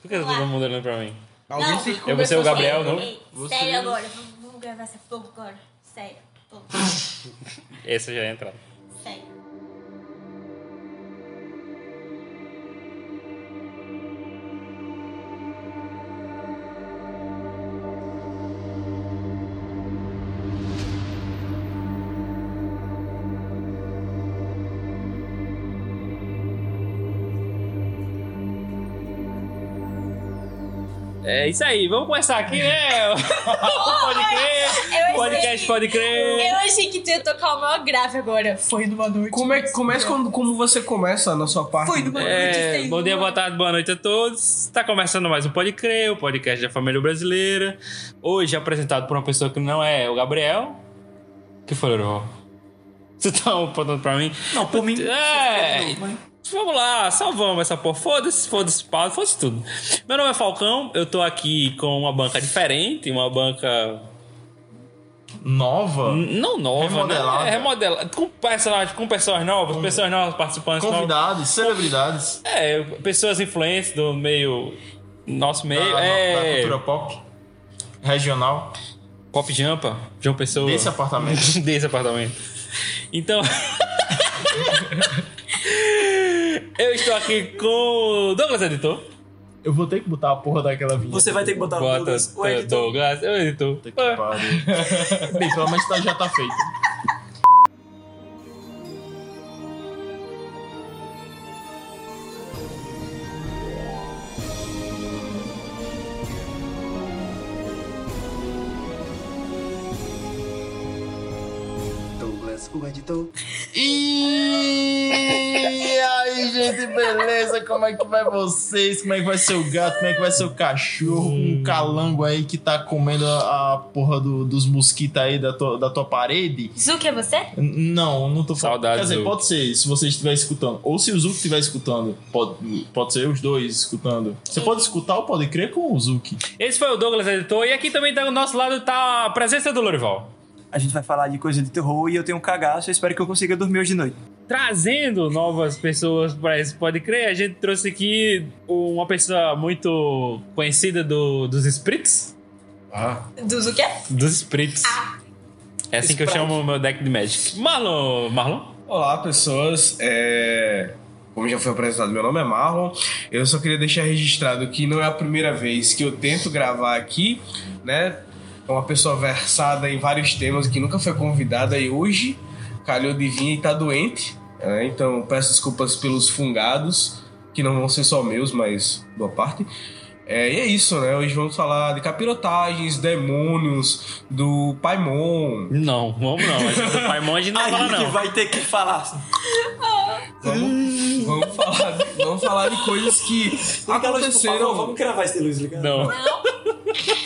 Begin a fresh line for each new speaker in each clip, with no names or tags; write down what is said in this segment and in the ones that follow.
Por que tá todo mundo olhando pra mim?
Alguém
Não,
se
Eu vou ser o
conversou-
Gabriel,
Ei,
não?
ei,
Vocês-
Sério agora, vamos, vamos gravar essa porra agora. Sério, porra,
Essa já é a entrada.
sério.
É isso aí, vamos começar aqui, né? pode
Eu
crer!
achei-
Podcast pode crer!
Eu achei que tu ia tocar o maior grave agora. Foi numa noite.
Como é que começa como, como você começa na sua parte?
Foi numa noite
É,
sem
bom dia,
lua.
boa tarde, boa noite a todos. Está começando mais um Pode Crer, o podcast da família brasileira. Hoje apresentado por uma pessoa que não é o Gabriel. Que foi, Lorô? Vocês estão apontando pra mim?
Não, por mim.
É, vamos lá, salvamos essa porra. Foda-se, foda-se, pau, foda-se tudo. Meu nome é Falcão, eu tô aqui com uma banca diferente, uma banca
Nova?
N- Não nova,
Remodelada.
né? É remodelada. Com personagens, com pessoas novas, pessoas novas, participantes novos.
Convidados, celebridades
É, pessoas influentes do meio. Nosso
da,
meio.
da- da
é.
cultura pop regional
Pop Jampa, João Pessoa.
desse apartamento.
Desse apartamento. Então. Eu estou aqui com o Douglas Editor.
Eu vou ter que botar a porra daquela vinheta.
Você vai ter que botar o
Bota
Tá, Douglas, o editor.
Douglas, eu editor.
É. Bem, pelo menos tá- já tá feito.
Douglas, o editor.
E aí, gente, beleza? Como é que vai vocês? Como é que vai seu gato? Como é que vai seu cachorro? Um calango aí que tá comendo a, a porra do- dos mosquitos aí da tua, da tua parede?
Zuki é você?
N- Não, não tô falando.
Saudades
Quer dizer,
do-
pode ser se você estiver escutando. Ou se o Zuki estiver escutando. Pode, pode ser os dois escutando. Você pode escutar ou pode crer com o Zuki.
Esse foi o Douglas Editor. E aqui também tá, do nosso lado tá a presença do Lorival.
A gente vai falar de coisa de terror e eu tenho um cagaço. Eu espero que eu consiga dormir hoje de noite.
trazendo novas pessoas para esse Pode Crer. A gente trouxe aqui uma pessoa muito conhecida do, dos Spritz.
Ah.
Do Zuki?
Dos Spritz. É assim que eu chamo o meu deck de Magic. Marlon, Marlon?
Olá, pessoas. É, Como já foi apresentado, meu nome é Marlon. Eu só queria deixar registrado que não é a primeira vez que eu tento gravar aqui, né? É uma pessoa versada em vários temas que nunca foi convidada e hoje calhou de vir e tá doente. né? Então peço desculpas pelos fungados, que não vão ser só meus, mas boa parte. É, e é isso, né? Hoje vamos falar de capirotagens, demônios, do Paimon.
Não, vamos não. Mas o Paimon a gente não
a
vai falar,
gente
não.
vai ter que falar. assim.
Vamos, vamos, falar, de- vamos falar de coisas que
Liga a luz, por favor,
aconteceram.
Vamos gravar esse de luz ligada.
Não. É,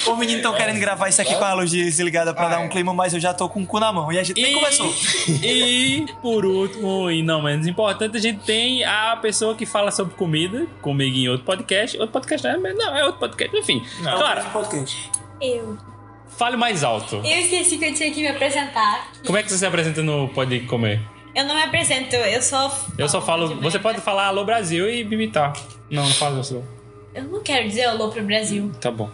O menino tão querendo gravar isso aqui com a luz desligada pra
Ah,
dar
é.
um clima, mas eu já tô com o cu na mão. E a gente nem começou.
E, por último, e não menos importante, a gente tem a pessoa que fala sobre comida comigo em outro podcast. Outro podcast não é, não, é outro podcast, enfim.
É
Não.
um
Clara,
Podcast.
Eu.
fale mais alto.
Eu esqueci que eu tinha que me apresentar.
Como é que você se apresenta no Pode Comer?
Eu não me apresento, eu só.
Eu só falo, você pode falar alô Brasil e me imitar. Não, não fala isso.
Eu não quero dizer alô pro Brasil.
Tá bom.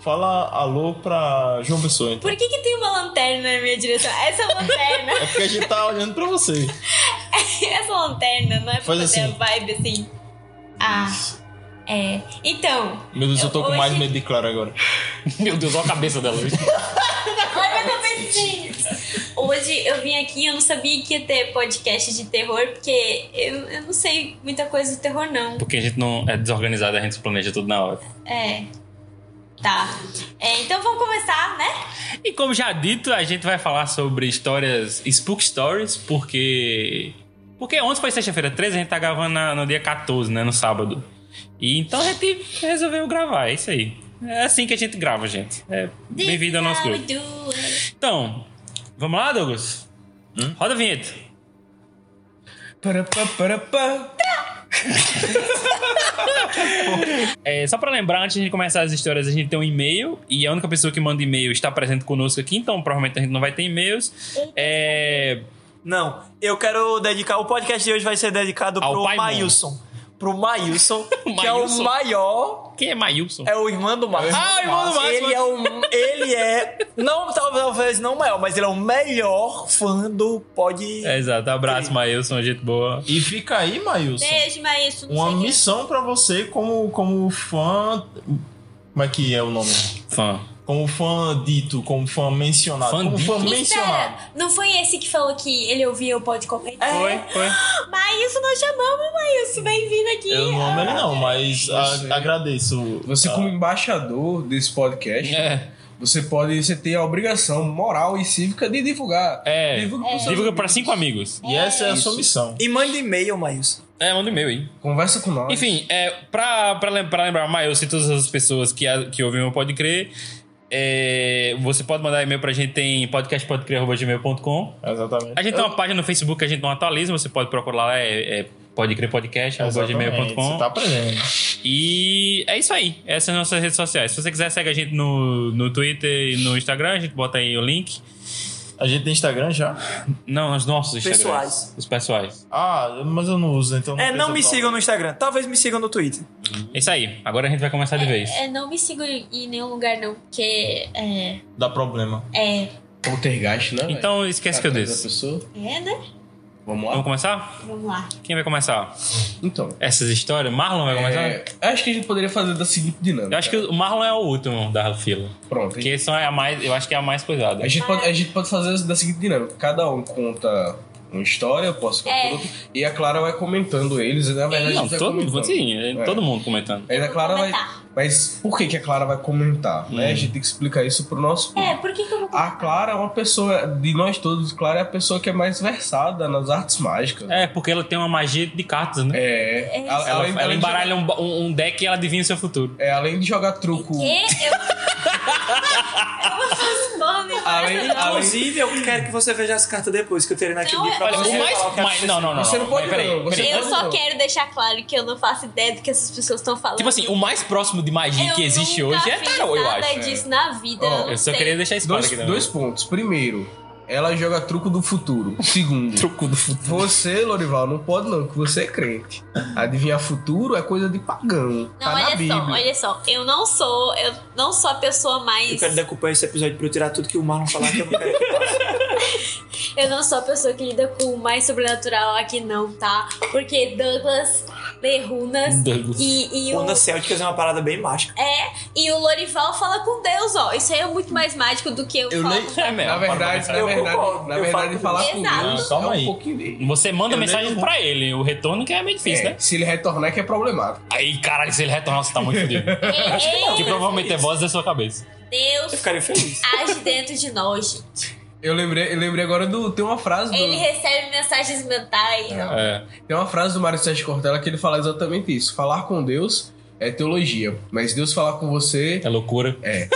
Fala alô pra João Pessoa, então.
Por que, que tem uma lanterna na minha direção? Essa lanterna.
É porque a gente tá olhando pra você.
Essa lanterna não é pra
Faz
fazer
assim.
a vibe assim. Ah, é. Então,
Meu Deus, eu tô com
Hoje-
mais medo de Clara agora.
Meu Deus, olha a cabeça dela.
olha meu cabecinho. Hoje eu vim aqui, eu não sabia que ia ter podcast de terror, porque eu, eu não sei muita coisa de terror, não.
Porque a gente não é desorganizado, a gente se planeja tudo na hora.
É. Tá. É, então vamos começar, né?
E como já dito, a gente vai falar sobre histórias, spook stories, porque... Porque ontem foi sexta-feira 13, a gente tá gravando na- no dia 14, né, no sábado. E então a gente resolveu gravar, é isso aí. É assim que a gente grava, gente. É, Bem-vindo ao nosso grupo. Então, vamos lá, Douglas? Roda a vinheta.
Para, pa, para, pa.
É, só pra lembrar, antes de começar as histórias, a gente tem um e-mail e a única pessoa que manda e-mail está presente conosco aqui, então provavelmente a gente não vai ter e-mails. É,
Não, eu quero dedicar. O podcast de hoje vai ser dedicado
Ao
pro
Paimon.
Mailson.
pro Maílson, que é o
Maílson?
maior,
Quem é Maílson?
é o irmão do Márcio.
Ah, o irmão do Márcio.
Ele é o ele é não talvez, talvez não o maior, mas ele é o melhor fã do Pod.
É, exato. Abraço, Maílson. Gente boa.
E fica aí, Maílson.
Beijo, Maílson. não
Uma
sei quem.
missão pra você como, como fã. Como é que é o nome?
Fã.
Como fã dito, como fã mencionado.
Fã
como
dito?
fã mencionado.
Espera, não foi esse que falou que ele ouvia o pode qualquer
Foi, foi.
Maílson, nós chamamos, Maílson. Bem-vindo aqui.
Eu não amo ele não, mas
Eu
a-
sei.
agradeço.
Você,
Ah,
como embaixador desse podcast,
É.
você pode você tem a obrigação moral e cívica de divulgar.
É.
Divulga pros seus
Divulga
amigos.
pra cinco amigos.
E essa é a sua
Isso.
missão.
E manda e-mail, Maílson.
É, manda um e-mail aí.
Conversa com nós.
Enfim, é, pra, pra, lem- pra lembrar, Maílson e todas as pessoas que, a- que ouvem o Pode Crer, é, você pode mandar e-mail pra gente em podcastpodecrer.gmail.com.
Exatamente.
A gente tem uma página no Facebook que a gente não atualiza, você pode procurar lá, é, é Pode Crer
É
Podcast, arroba
Exatamente,
gmail.com.
Você tá presente.
E é isso aí. Essas são as nossas redes sociais. Se você quiser, segue a gente no, no Twitter e no Instagram. A gente bota aí o link.
A gente tem Instagram já?
Não, os nossos Instagrams.
Pessoais.
Os pessoais.
Ah, mas eu não uso, então.
É, não me
precisa
sigam no Instagram, talvez me sigam no Twitter.
É isso aí. Agora a gente vai começar de vez.
É, não me sigo em nenhum lugar, não, porque é.
falar. Dá problema.
É,
Poltergeist, né? velho?
Então esquece que eu
Atrás da
desço.
pessoa.
é né?
Vamos lá?
Vamos começar?
Vamos lá.
Quem vai começar?
Então.
Essas histórias? Marlon vai começar?
é, acho que a gente poderia fazer da seguinte dinâmica.
Eu acho que o Marlon é o último da fila.
Pronto.
Porque são a mais, eu acho que é a mais coisada.
A gente, pode, a gente pode fazer da seguinte dinâmica: cada um conta uma história, eu posso contar
É.
outra, e a Clara vai comentando eles, e na verdade a
Não,
gente vai
todo mundo,
comentando.
sim, é
É.
todo mundo comentando.
Aí a
Vou
Clara vai.
comentar.
Mas por que, que a Clara vai comentar? Né? A gente tem que explicar isso pro nosso público.
É, por que, que eu vou
A Clara é uma pessoa, de nós todos, Clara é a pessoa que é mais versada nas artes mágicas.
É, porque ela tem uma magia de cartas, né?
É.
Ela,
a-
ela,
de
embaralha um, ba- um deck e ela adivinha o seu futuro.
jogar- é, além de jogar truco.
quê? Eu. eu faço nome.
Além, além,
Inclusive, eu quero que você veja as cartas depois que eu terei naquele
Não,
livro.
olha,
Olha, o mais. mas- não, não, não.
Você não
não,
pode,
mas peraí,
não, você
peraí.
Eu só
não.
quero deixar claro que eu não faço ideia do que essas pessoas estão falando.
Tipo assim, o mais próximo de magia
Eu
que existe
nunca
hoje é
fiz
tarô, eu
nada
acho.
disso na vida.
Ó,
eu, não
Eu só
sei.
queria deixar isso claro
dois,
aqui né? também.
dois pontos. Primeiro, ela joga truco do futuro. Segundo,
truco do futuro.
você, Lorival, não pode não, que você é crente. Adivinhar futuro é coisa de pagão. tá
Não,
na
olha
Bíblia.
só, olha só. Eu não sou, eu não sou a pessoa
Eu
mais.
quero dar culpa a esse episódio pra eu tirar tudo que o Marlon falar que eu não quero que eu faça.
Eu não sou a pessoa que lida com o mais sobrenatural aqui, não, tá? Porque Douglas, Lerunas
Douglas.
e, e o.
Onda Celticas é uma parada bem mágica.
É, e o Lorival fala com Deus, ó. Isso aí é muito mais mágico do que eu,
Eu
falo.
nem-
É mesmo.
Na verdade, na
Eu
verdade,
concordo,
na
eu
verdade,
falo
falar
com
com
Deus.
Deus
Calma
é um
aí.
pouquinho dele.
Você manda
Eu
mensagem
nem-
pra ele, o retorno que é meio difícil,
É,
né?
Se ele retornar, que é problemático.
Aí, caralho, se ele retornar, você tá muito fodido.
Ei,
que provavelmente é voz da sua cabeça.
Eu
Deus
ficaria feliz.
age dentro de nós, gente.
Eu lembrei, eu lembrei agora do. Tem uma frase do.
Ele recebe mensagens mentais. ó.
É.
Tem uma frase do Mário Sérgio Cortella que ele fala exatamente isso. Falar com Deus é teologia. Mas Deus falar com você
É loucura.
é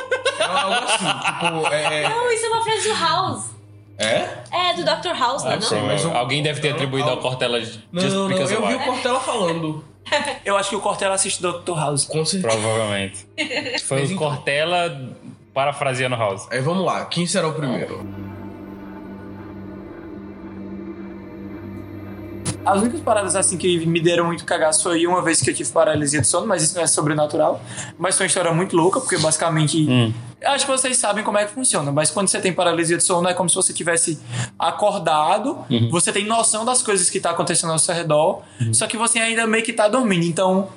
algo assim. tipo, é.
Não, isso é uma frase do House.
É?
É, do Dr. House,
Ah,
né, não?
sei, Ah, mas eu-
é. Alguém deve ter
eu-
atribuído
eu-
ao Cortella
Não,
just
não, não.
because
Eu
of
vi
it.
o Cortella falando.
Eu acho que o Cortella assiste Dr. House.
Com certeza.
Provavelmente. Foi
Mas
o
então-
Cortella parafraseando House.
Aí vamos lá, quem será o primeiro?
As únicas paradas assim que me deram muito cagaço foi uma vez que eu tive paralisia do sono, mas isso não é sobrenatural. Mas foi uma história muito louca, porque basicamente. Acho que vocês sabem como é que funciona, mas quando você tem paralisia do sono, é como se você tivesse acordado, você tem noção das coisas que tá acontecendo ao seu redor, só que você ainda meio que tá dormindo. Então,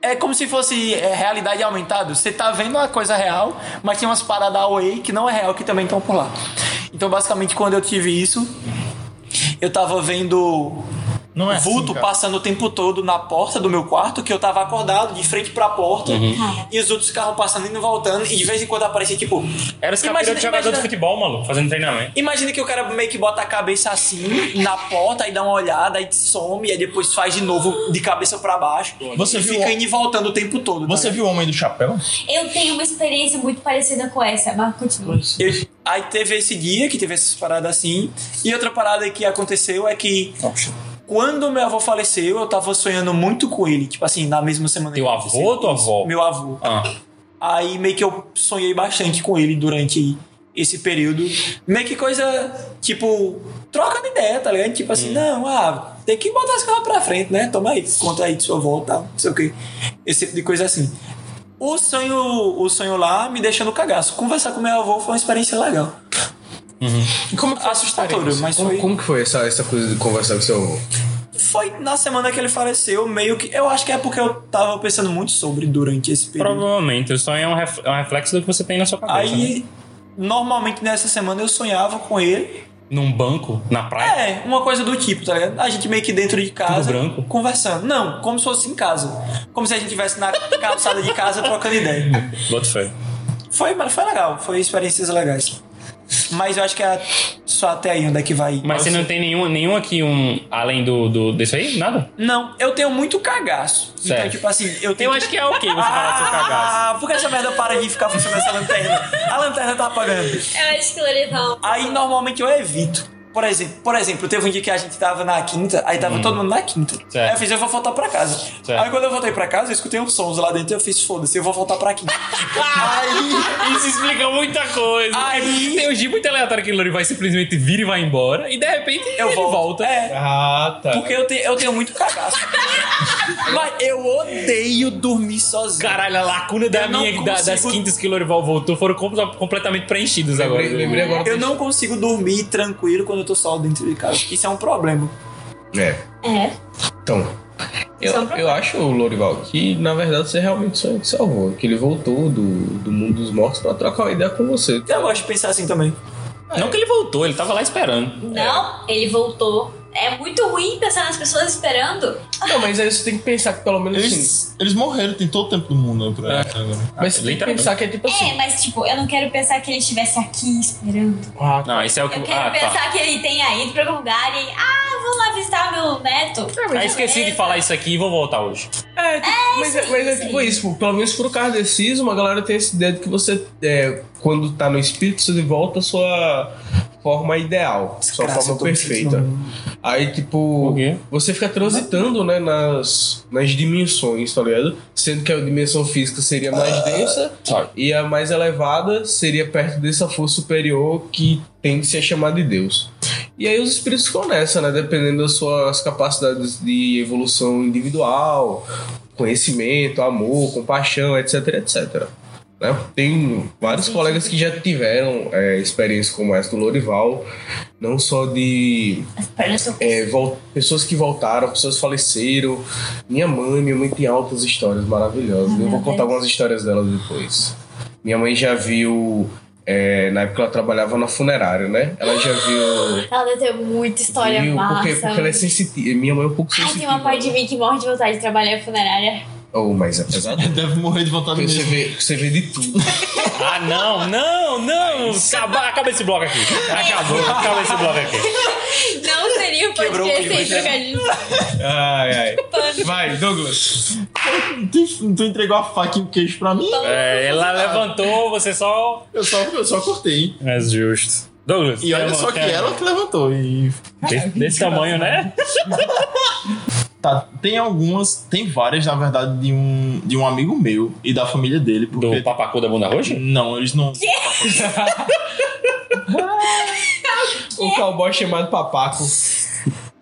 É como se fosse é, realidade aumentada. Você tá vendo uma coisa real, mas tem umas paradas away que não é real que também estão por lá. Então, basicamente, quando eu tive isso, eu tava vendo
Não é
vulto
assim, cara.
passando o tempo todo na porta do meu quarto, que eu tava acordado, de frente pra porta, e os outros carros passando indo e voltando, e de vez em quando aparecia, tipo...
Era os capirotos
Imagina-
jogador de
imagina-
futebol, maluco, fazendo treinamento.
Imagina que o cara meio que bota a cabeça assim na porta e dá uma olhada, aí some, e depois faz de novo de cabeça pra baixo.
Você
e
viu-
fica indo e voltando o tempo todo. tá
Você
ligado?
viu o Homem do Chapéu?
Eu tenho uma experiência muito parecida com essa, mas continua.
Eu- aí teve esse dia que teve essas paradas assim. E outra parada que aconteceu é que quando meu avô faleceu, eu tava sonhando muito com ele. Tipo assim, na mesma semana.
Teu
que ele
avô
faleceu.
ou tua avó?
Meu avô.
Ah.
Aí meio que eu sonhei bastante com ele durante esse período. Meio que coisa, tipo, troca de ideia, tá ligado? Tipo assim, não, ah, Tem que botar as coisas pra frente, né? Toma aí, conta aí de sua volta, tal, não sei o quê. Esse tipo de coisa assim. O sonho, o sonho lá me deixa no cagaço. Conversar com meu avô foi uma experiência legal.
E como que foi
Assustadora,
essa
mas
como,
foi-
como que foi essa, essa coisa de conversar com seu avô?
Foi na semana que ele faleceu, meio que. Eu acho que é porque eu tava pensando muito sobre durante esse período.
Provavelmente, o sonho é um, ref- é um reflexo do que você tem na sua cabeça. né?
Aí, normalmente nessa semana eu sonhava com ele.
Num banco, na praia.
É, uma coisa do tipo, tá ligado? A gente meio que dentro de casa.
Tudo branco?
Conversando. Não, como se fosse em casa. Como se a gente estivesse na calçada de casa trocando ideia.
Bota fé.
Foi, mas foi legal, foi experiências legais. Mas eu acho que é só até aí onde é que vai.
Mas você não tem nenhum, nenhum aqui, um, além do, do desse aí? Nada?
Não, eu tenho muito cagaço. Então,
Certo.
tipo assim, eu tenho.
Eu acho que é ok você falar seu cagaço.
Ah, por que essa merda para de ficar funcionando essa lanterna? A lanterna tá apagando.
Eu acho que Lorival.
Aí normalmente eu evito. Por exemplo, por exemplo, teve um dia que a gente tava na quinta, aí tava todo mundo na quinta.
Hum. Certo.
Aí eu fiz, eu vou voltar pra casa.
Certo.
Aí quando eu voltei pra casa, eu escutei uns sons lá dentro e eu fiz, foda-se, eu vou voltar pra quinta.
Isso explica muita coisa.
Aí-
Tem um dia muito aleatório que o Lorival simplesmente vira e vai embora. E de repente
Eu
ele
volto.
volta.
É,
Ah, tá.
porque eu, te, eu tenho muito cagaço. Mas eu odeio dormir sozinho.
Caralho, a lacuna da
Eu não
minha, da- das
consigo-
quintas que o Lorival voltou foram com- completamente preenchidas agora.
Lembrei, lembrei agora.
Eu não consigo dormir tranquilo quando eu tô só dentro de casa. Isso é um problema.
É.
É.
Então. Eu,
Isso é um problema.
eu acho, Lorival, que na verdade você realmente sonhou que salvou. Que ele voltou do, do mundo dos mortos pra trocar uma ideia com você.
Eu gosto de pensar assim também.
Não que ele voltou, ele tava lá esperando.
Não, ele voltou. É muito ruim pensar nas pessoas esperando.
Não, mas aí você tem que pensar que pelo menos assim.
Eles, eles morreram, tem todo o tempo do mundo. né, pra-
Mas você tem que
Literalmente.
pensar que é tipo assim.
É, mas tipo, eu não quero pensar que ele estivesse aqui esperando.
Não, esse é o que.
Eu quero
Ah,
pensar
tá.
que ele tenha ido pra algum lugar e. Ah, vou lá visitar meu neto.
Ah, esqueci de falar isso aqui e vou voltar hoje.
É, tipo, mas, é, mas é tipo isso, pelo menos pro kardecismo, a galera tem essa ideia de que você, é, quando tá no espírito, você volta à sua forma ideal, sua
Desgraça, eu
forma
tô me
perfeita. Aí, tipo,
Por quê?
você fica transitando, né, nas, nas dimensões, tá ligado? Sendo que a dimensão física seria mais densa
Sorry.
e a mais elevada seria perto dessa força superior que tem que ser chamada de Deus. E aí os espíritos ficam nessa, né? Dependendo das suas capacidades de evolução individual, conhecimento, amor, compaixão, etc, etc. Né? Tem vários colegas que já tiveram é, experiências como essa do Lorival, não só de
Espera, eu sou-
é, vol- pessoas que voltaram, pessoas que faleceram. Minha mãe, minha mãe tem altas histórias maravilhosas.
Ah,
Eu vou contar algumas histórias dela depois. Minha mãe já viu. é, na época ela trabalhava na funerária, né? Ela já viu.
Ela deve ter muita história
viu
massa.
porque, porque ela é sensitiva. Minha mãe é um pouco
Ai, tem
sensitiva.
uma parte de mim que morre de vontade de trabalhar em funerária.
Oh, mas é pesado.
Deve morrer de vontade
Porque você
mesmo.
vê, você vê de tudo.
Ah, não, não, não!
é
Acaba, acaba esse bloco aqui. Acabou, acaba esse bloco aqui.
Não seria um
Quebrou o
podcast sem
clima,
trocadilho.
Ai, ai. Vai, Douglas.
Tu, tu entregou a faca e o queijo pra mim?
É, ela levantou, você só.
Eu só, eu só cortei.
É justo. Douglas.
E olha
tem
só
uma-
que
tem-
ela que levantou. E
Desse, desse tamanho, né?
Tá, tem algumas, tem várias, na verdade, de um, de um amigo meu e da família dele. Porque
Do papacu da bunda roxa?
Não, eles não.
Um cowboy chamado Papaco.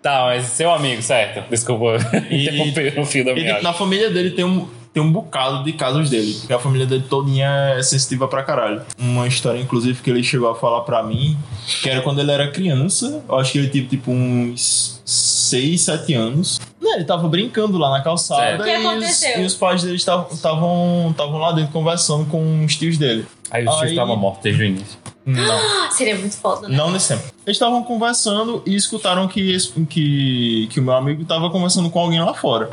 Tá, mas seu amigo, certo. Desculpa
E-
interromper o fio da
Ele,
minha
na família dele tem um, tem um bocado de casos dele. Porque a família dele todinha é sensitiva pra caralho. Uma história, inclusive, que ele chegou a falar pra mim, que era quando ele era criança. Eu acho que ele tinha, tipo, uns 6, 7 anos. Né, Ele tava brincando lá na calçada.
Certo.
O que
e os-
aconteceu?
E os pais dele estavam- estavam estavam lá dentro conversando com os tios dele.
Aí o tio
Aí-
estava morto desde o início.
Não.
Ah, Seria muito foda, né?
Não nesse tempo. Eles estavam conversando e escutaram que, esse- que, que o meu amigo estava conversando com alguém lá fora.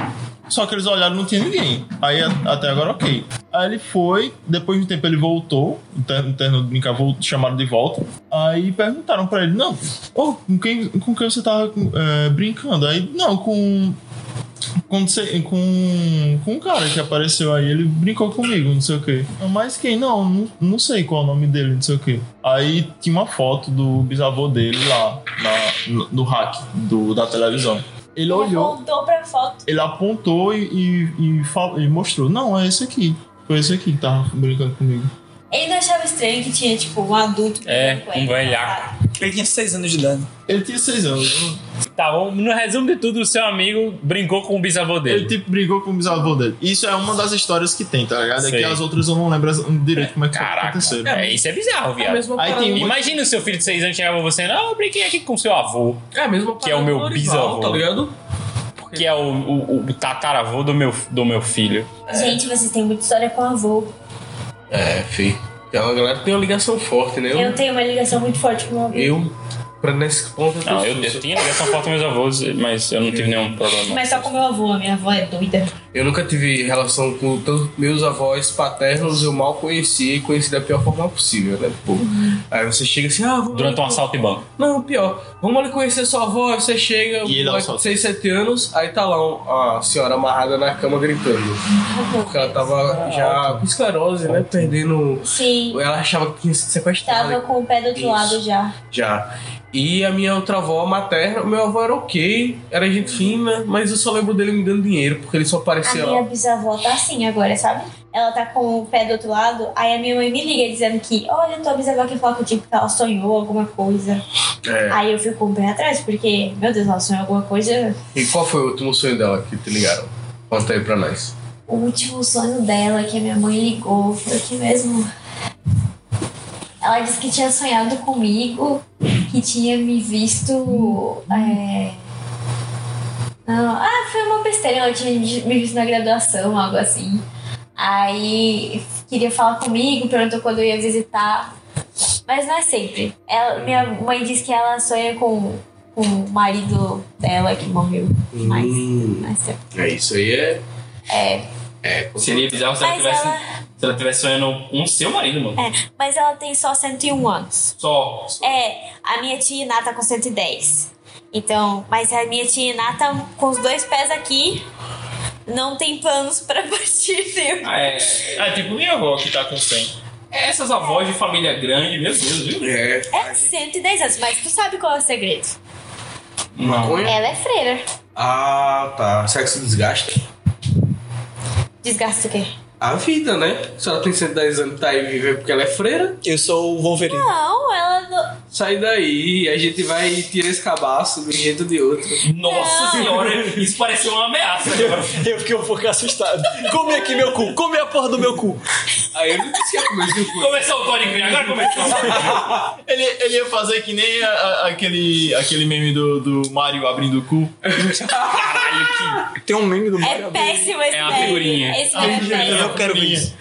Só que eles olharam e não tinha ninguém. Aí a- até agora, ok. Aí ele foi, depois de um tempo ele voltou, o ter- o terno do brincar vol- chamaram de volta. Aí perguntaram pra ele: Não, ô, com, quem, com quem você tava com- é, brincando? Aí, não, com. Com, você- com, com um cara que apareceu aí, ele brincou comigo, não sei o quê. Mas quem? Não, não, não sei qual é o nome dele, não sei o quê. Aí tinha uma foto do bisavô dele lá, na- no, no hack do, da televisão. Ele olhou,
Voltou pra foto.
ele apontou e, e, e fal- e mostrou. Não, é esse aqui. Foi esse aqui que tava brincando comigo.
Ele não achava estranho que tinha, tipo, um adulto.
É,
brincando com
um
ele,
velhaco.
sabe?
Ele tinha seis anos de idade.
Ele tinha seis anos. né?
Tá bom. No resumo de tudo, o seu amigo brincou com o bisavô dele.
Ele tipo brigou com o bisavô dele. Isso é uma das histórias que tem, tá ligado? É
Sei.
que as outras eu não lembro direito como é que
Caraca.
aconteceu.
É, isso é bizarro,
É a
viado.
mesma
Aí
parada.
tem-
Imagina o seu filho de 6 anos chegar pra você, não, eu brinquei aqui com seu avô,
É a mesma
Que é o
parada
meu
do Lorival,
bisavô.
Tá ligado?
que é o, o- o tataravô do meu, do meu filho.
Gente, vocês têm muita história com avô.
É, fi. Tem uma galera que tem uma ligação forte, né?
Eu
Eu,
tenho uma ligação muito forte com o avô.
eu pra nesse ponto, eu tô
Não, Ah, eu,
sujo.
eu tinha ligação forte com meus avós, mas eu não tive nenhum problema.
Mas só com meu avô, a minha avó é doida.
Eu nunca tive relação com tanto meus avós paternos, eu mal conhecia e conheci da pior forma possível, né? Pô.
Uhum.
Aí você chega assim, ah, vamos.
Durante um assalto em banco.
Não, pior. Vamos ali conhecer sua avó, aí você chega, um
E ele
moleque
assalta.
de 6, 7 anos, aí tá lá um- a senhora amarrada na cama gritando. Porque ela tava já com esclerose, né? Perdendo.
Sim,
Ela achava que tinha sido sequestrada.
tava com o pé do outro
Isso.
lado já.
Já. E a minha outra avó materna, meu avô era ok, era gente fina, mas eu só lembro dele me dando dinheiro, porque ele só
A
aparecia
minha
lá.
bisavó tá assim agora, sabe? Ela tá com o pé do outro lado, aí a minha mãe me liga dizendo que, olha, tua bisavó que fala contigo que ela sonhou alguma coisa.
É.
Aí eu fico com o pé atrás, porque, meu Deus, ela sonhou alguma coisa.
E qual foi o último sonho dela que te ligaram? Conta aí pra nós.
O último sonho dela, que a minha mãe ligou, foi aqui mesmo. Ela disse que tinha sonhado comigo, que tinha me visto. é, não, ah, foi uma besteira, ela tinha me visto na graduação, algo assim. Aí queria falar comigo, perguntou quando eu ia visitar. Mas não é sempre. Ela- minha mãe diz que ela sonha com, com o marido dela que morreu. Mas não é sempre.
É isso aí, é.
É,
Seria bizarro se
mas ela.
se ela tivesse sonhando com seu marido, mano.
É, mas ela tem só 101 anos.
Só.
É, a minha tia Iná tá com 110. Então, mas a minha tia Iná tá com os dois pés aqui. Não tem planos pra partir dele.
É, é tipo minha avó que tá com 100. Essas avós de família grande, meu Deus, viu?
É.
É 110 anos, mas tu sabe qual é o segredo.
Não.
Maconha?
Ela é freira.
Ah, tá. Será que se desgasta?
Desgasta o quê?
A vida, né? Se ela tem 110 anos, tá aí viver porque ela é freira,
Eu sou o Wolverine.
Não, ela não. é
sai daí, a gente vai tirar esse cabaço de um jeito ou de outro.
Nossa senhora, isso pareceu uma ameaça agora.
Eu fiquei um pouco assustado. Come aqui meu cu, come a porra do meu cu.
Aí eu não disse que é ia comer seu cu.
Começou o Tony Green, agora começou.
Ele, ele ia fazer que nem a- a- aquele, aquele meme do, do Mario abrindo o cu.
Caralho,
Tem um meme do Mario.
É péssimo esse
É uma
meme.
figurinha.
Esse meme é péssimo.
Eu quero ver isso.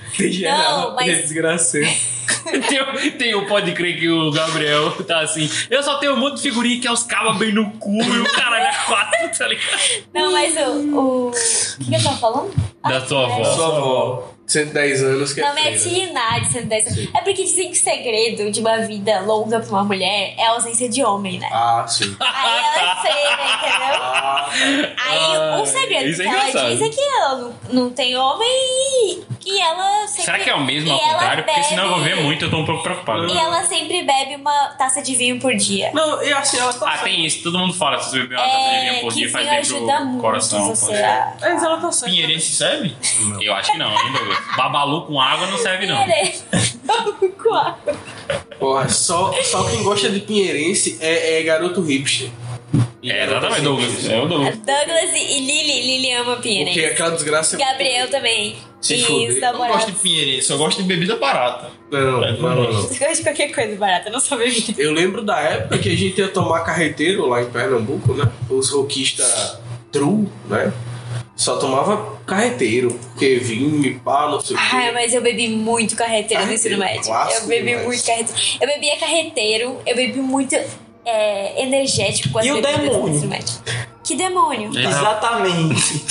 Não, mas.
é Desgraceiro.
que. Tem, o- tem o pode crer que o Gabriel tá assim. Eu só tenho um monte de figurinha que é os cabas bem no cu e o caralho é quatro, tá ligado?
Não, mas o. O o que, que eu tava falando?
Da sua avó.
Sua avó, 110 anos, que é
Não, minha
freira.
tia Iná de 110 anos. É porque dizem que o segredo de uma vida longa pra uma mulher é a ausência de homem, né?
Ah, sim.
Aí ela é freira, entendeu? Aí
Ah,
o segredo
isso é
que ela
engraçado.
diz é que ela não, não tem homem e, e ela sempre.
Será que é o mesmo ao
e ela
contrário? Porque senão eu vou ver
bebe-
muito, eu tô um pouco preocupado.
E ela sempre bebe uma taça de vinho por dia.
Não, e assim, ela tá
Ah, tem isso, todo mundo fala, se você beber uma taça de
é,
vinho por
que
dia faz
vinho
bem
ajuda
pro
muito
coração.
você
pô.
a...
Mas ela tá certa.
Pinheirense serve?
Eu acho que não, hein, Douglas? Babalu com água não serve, não.
Qual?
Porra, só, só quem gosta de pinheirense é, é garoto hipster.
É, exatamente, Douglas. É o Douglas.
Douglas e e Lily, Lily ama
Porque
Pinheirense.
aquela desgraça. é
Gabriel também.
Se
e
fuder.
os
Eu não gosto
namorados.
de pinheirense, eu gosto de bebida barata.
Não, não, não, não.
Você gosta de qualquer coisa barata, não só bebida.
Eu lembro da época que a gente ia tomar carreteiro lá em Pernambuco, né? Os roquistas true, né? Só tomava carreteiro, porque vinho e pá, não sei o
Ai,
quê.
Ah, mas eu bebi muito carreteiro no ensino
Carreteiro,
médio.
clássico
eu bebi
demais.
muito carreteiro. Eu bebia carreteiro, eu bebi muito é, energético com as
E o
bebidas
demônio?
no ensino médio. Que demônio?
A gente tá,
Exatamente.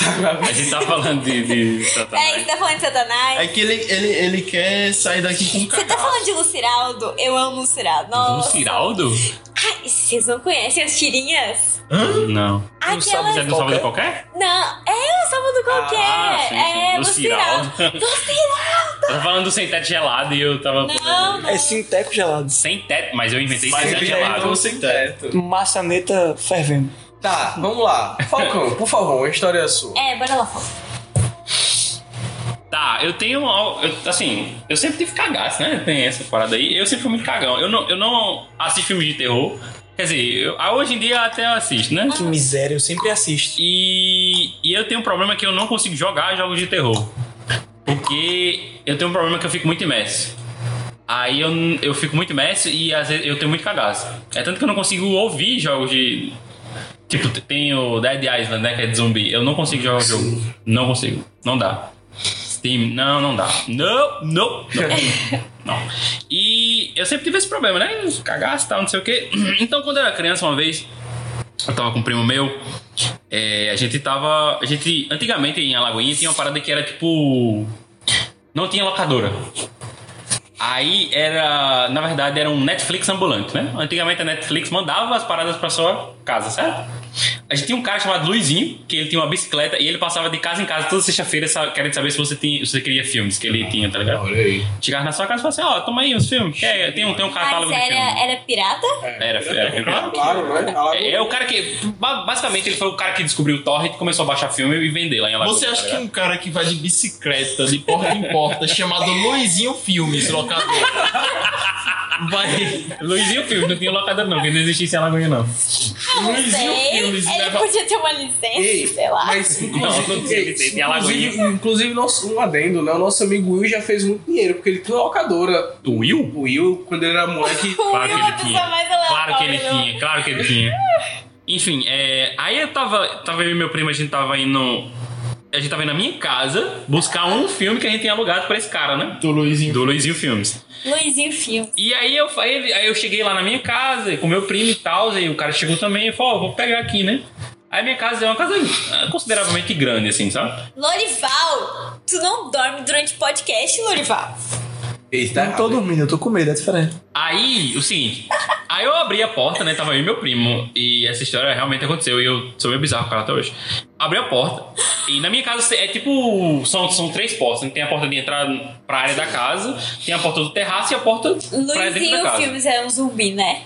a gente tá falando de, de Satanás.
É, você tá falando de Satanás?
É que ele, ele, ele quer sair daqui com
Você tá
cacau.
falando de Luciraldo? Eu amo Luciraldo. Nossa.
Um Ciraldo?
Ai, vocês não conhecem as tirinhas?
Não.
Aquela.
Você é do Salvador qualquer?
Não, é o Salvador Qualquer.
Ah, sim, sim.
É,
Luciraldo.
Luciraldo. Luciraldo!
Eu tava falando do sem teto gelado e eu tava.
Não, não.
É sinteco gelado.
Sem teto, mas então eu inventei sem
Mas
teto
ele
gelado.
é sem teto.
Maçaneta fervendo.
Tá, vamos lá. Falcão, por favor, a história é sua.
É, bora lá, Fábio.
Tá, eu tenho. uma- eu- assim, eu sempre tive cagaço, né? Tem essa parada aí. Eu sempre fui muito cagão. Eu não, eu não assisto filmes de terror. Quer dizer, eu- ah, hoje em dia eu até assisto, né?
Que miséria, eu sempre assisto.
E, e eu tenho um problema que eu não consigo jogar jogos de terror. Porque eu tenho um problema que eu fico muito imerso. Aí eu, n- eu fico muito imerso e às vezes eu tenho muito cagaço. É tanto que eu não consigo ouvir jogos de. Tipo, t- tem o Dead Island, né? Que é de zumbi. Eu não consigo jogar o jogo. Não consigo. Não dá. Steam, não, não dá. Não, não, não. não. E eu sempre tive esse problema, né? Cagaço e tal, não sei o quê. Então quando eu era criança uma vez, eu tava com um primo meu. é, a gente tava. A gente. Antigamente em Alagoinha tinha uma parada que era tipo. Não tinha locadora. Aí era. Na verdade era um Netflix ambulante, né? Antigamente a Netflix mandava as paradas pra sua casa, certo? A gente tinha um cara chamado Luizinho, que ele tinha uma bicicleta e ele passava de casa em casa toda sexta-feira sa- querendo saber se você, tinha, se você queria filmes que ele tinha,
É.
tá ligado?
Olha aí.
Chegava na sua casa e falava assim: ó, toma aí os filmes. Quer, tem, um, tem um
Mas
catálogo de filmes.
era, era pirata?
Era, era, era
Claro, né? A Lagoa-
é, é o cara que. ba- Basicamente, ele foi o cara que descobriu o torrent, começou a baixar filme e vender lá em Alagoas.
Você
tá
acha que
ligado?
um cara que vai de bicicleta, de porta em porta, chamado Luizinho Filmes, locador, vai.
Luizinho Filmes, não tinha locador não, porque não existia em Alagoinha não.
Ah, não
Luizinho
sei.
Filmes,
Ele
leva-
podia ter uma licença, É sei lá.
Mas,
Não, não sei, tem- tem
inclusive, inclusive nosso, um adendo, né? O nosso amigo Will já fez muito dinheiro, porque ele tem uma locadora.
Do Will?
O Will, quando ele era moleque,
Claro que
Uma
ele
pessoa
tinha.
mais aleatória
Claro que ele
do
tinha, claro que ele tinha. Enfim, é, aí eu tava. Tava eu e meu primo, a gente tava indo. A gente tava indo na minha casa buscar um filme que a gente tinha alugado pra esse cara, né?
Do Luizinho
Do Luizinho Filmes.
Luizinho Filmes.
E aí eu, aí, ele- aí eu cheguei lá na minha casa com meu primo e tal, e o cara chegou também e falou, ó, vou pegar aqui, né? Aí minha casa é uma casa ah, consideravelmente grande, assim, sabe?
Lorival, tu não dorme durante podcast, Lorival?
Eita,
Não tô dormindo, eu tô com medo, é diferente.
Aí, o seguinte, aí eu abri a porta, né? Tava eu e meu primo, e essa história realmente aconteceu, e eu sou meio bizarro com ela até hoje. Abri a porta, e na minha casa é tipo. São, são três portas, né? Tem a porta de entrar pra área da casa, tem a porta do terraço e a porta pra dentro da
Luizinho
casa.
Filmes é um zumbi, né?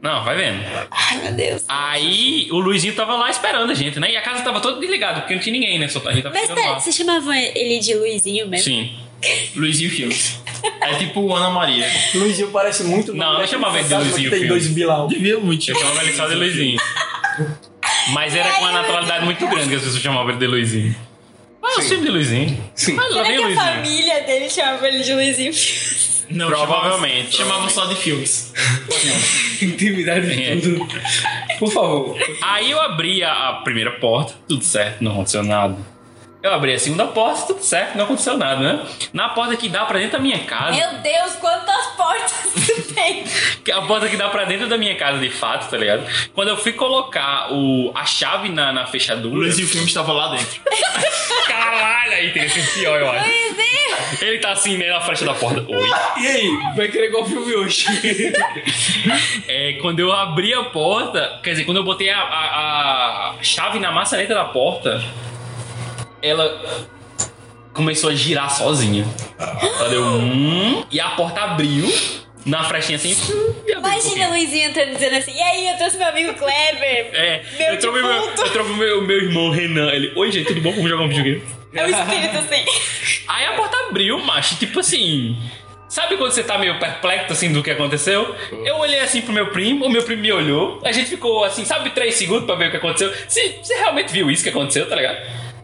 Não, vai vendo.
Ai, meu Deus.
Aí o Luizinho tava lá esperando a gente, né? E a casa tava toda desligada, porque não tinha ninguém, né? Só a gente tava
Mas né?
chegando
pera,
lá.
você chamava ele de Luizinho mesmo?
Sim. Luizinho Filmes.
É tipo Ana Maria.
Luizinho parece muito.
Não,
nome
não chamava ele de
daquele
Luizinho,
fantasma que Tem
filho.
dois bilão.
Devia muito
Eu chamava ele só de Luizinho. Mas era com uma naturalidade muito grande que as pessoas chamavam ele de Luizinho. Mas eu sempre de Luizinho.
Sim.
Mas Ah, lá
Será
vem
é que a
Luizinho.
família dele chamava ele de Luizinho Filmes?
Não,
Provavelmente.
Chamavam só de filmes.
intimidade
É.
de tudo. Por favor.
Aí eu abri a, a primeira porta, tudo certo, não aconteceu nada. Eu abri a segunda porta, tudo certo, não aconteceu nada, né? Na porta que dá pra dentro da minha casa.
Meu Deus, quantas portas tu tem?
Que é a porta que dá pra dentro da minha casa, de fato, tá ligado? Quando eu fui colocar o, a chave na, na
O
fechadura.
Luizinho Filmes tava lá dentro.
Caralho, aí tem esse pior, eu acho.
Luizinho!
Ele tá assim, meio na frente da porta. Oi.
E aí? Vai querer igual filme hoje?
É, quando eu abri a porta, quer dizer, quando eu botei a, a- a chave na maçaneta da porta, ela começou a girar sozinha. Ela deu um. E a porta abriu na frestinha assim. e abriu um
Imagina
pouquinho.
o Luizinho entrando dizendo assim, e aí, eu trouxe meu amigo Kleber.
É,
Meu
eu trouxe meu,
defunto.
eu trouxe meu, meu irmão Renan. Ele, oi gente, tudo bom? Vamos jogar um videogame?
É o espírito assim.
Aí a porta abriu, macho, tipo assim. Sabe quando você tá meio perplexo assim do que aconteceu? Eu olhei assim pro meu primo, o meu primo me olhou, a gente ficou assim, sabe, três segundos pra ver o que aconteceu. Você você realmente viu isso que aconteceu, tá ligado?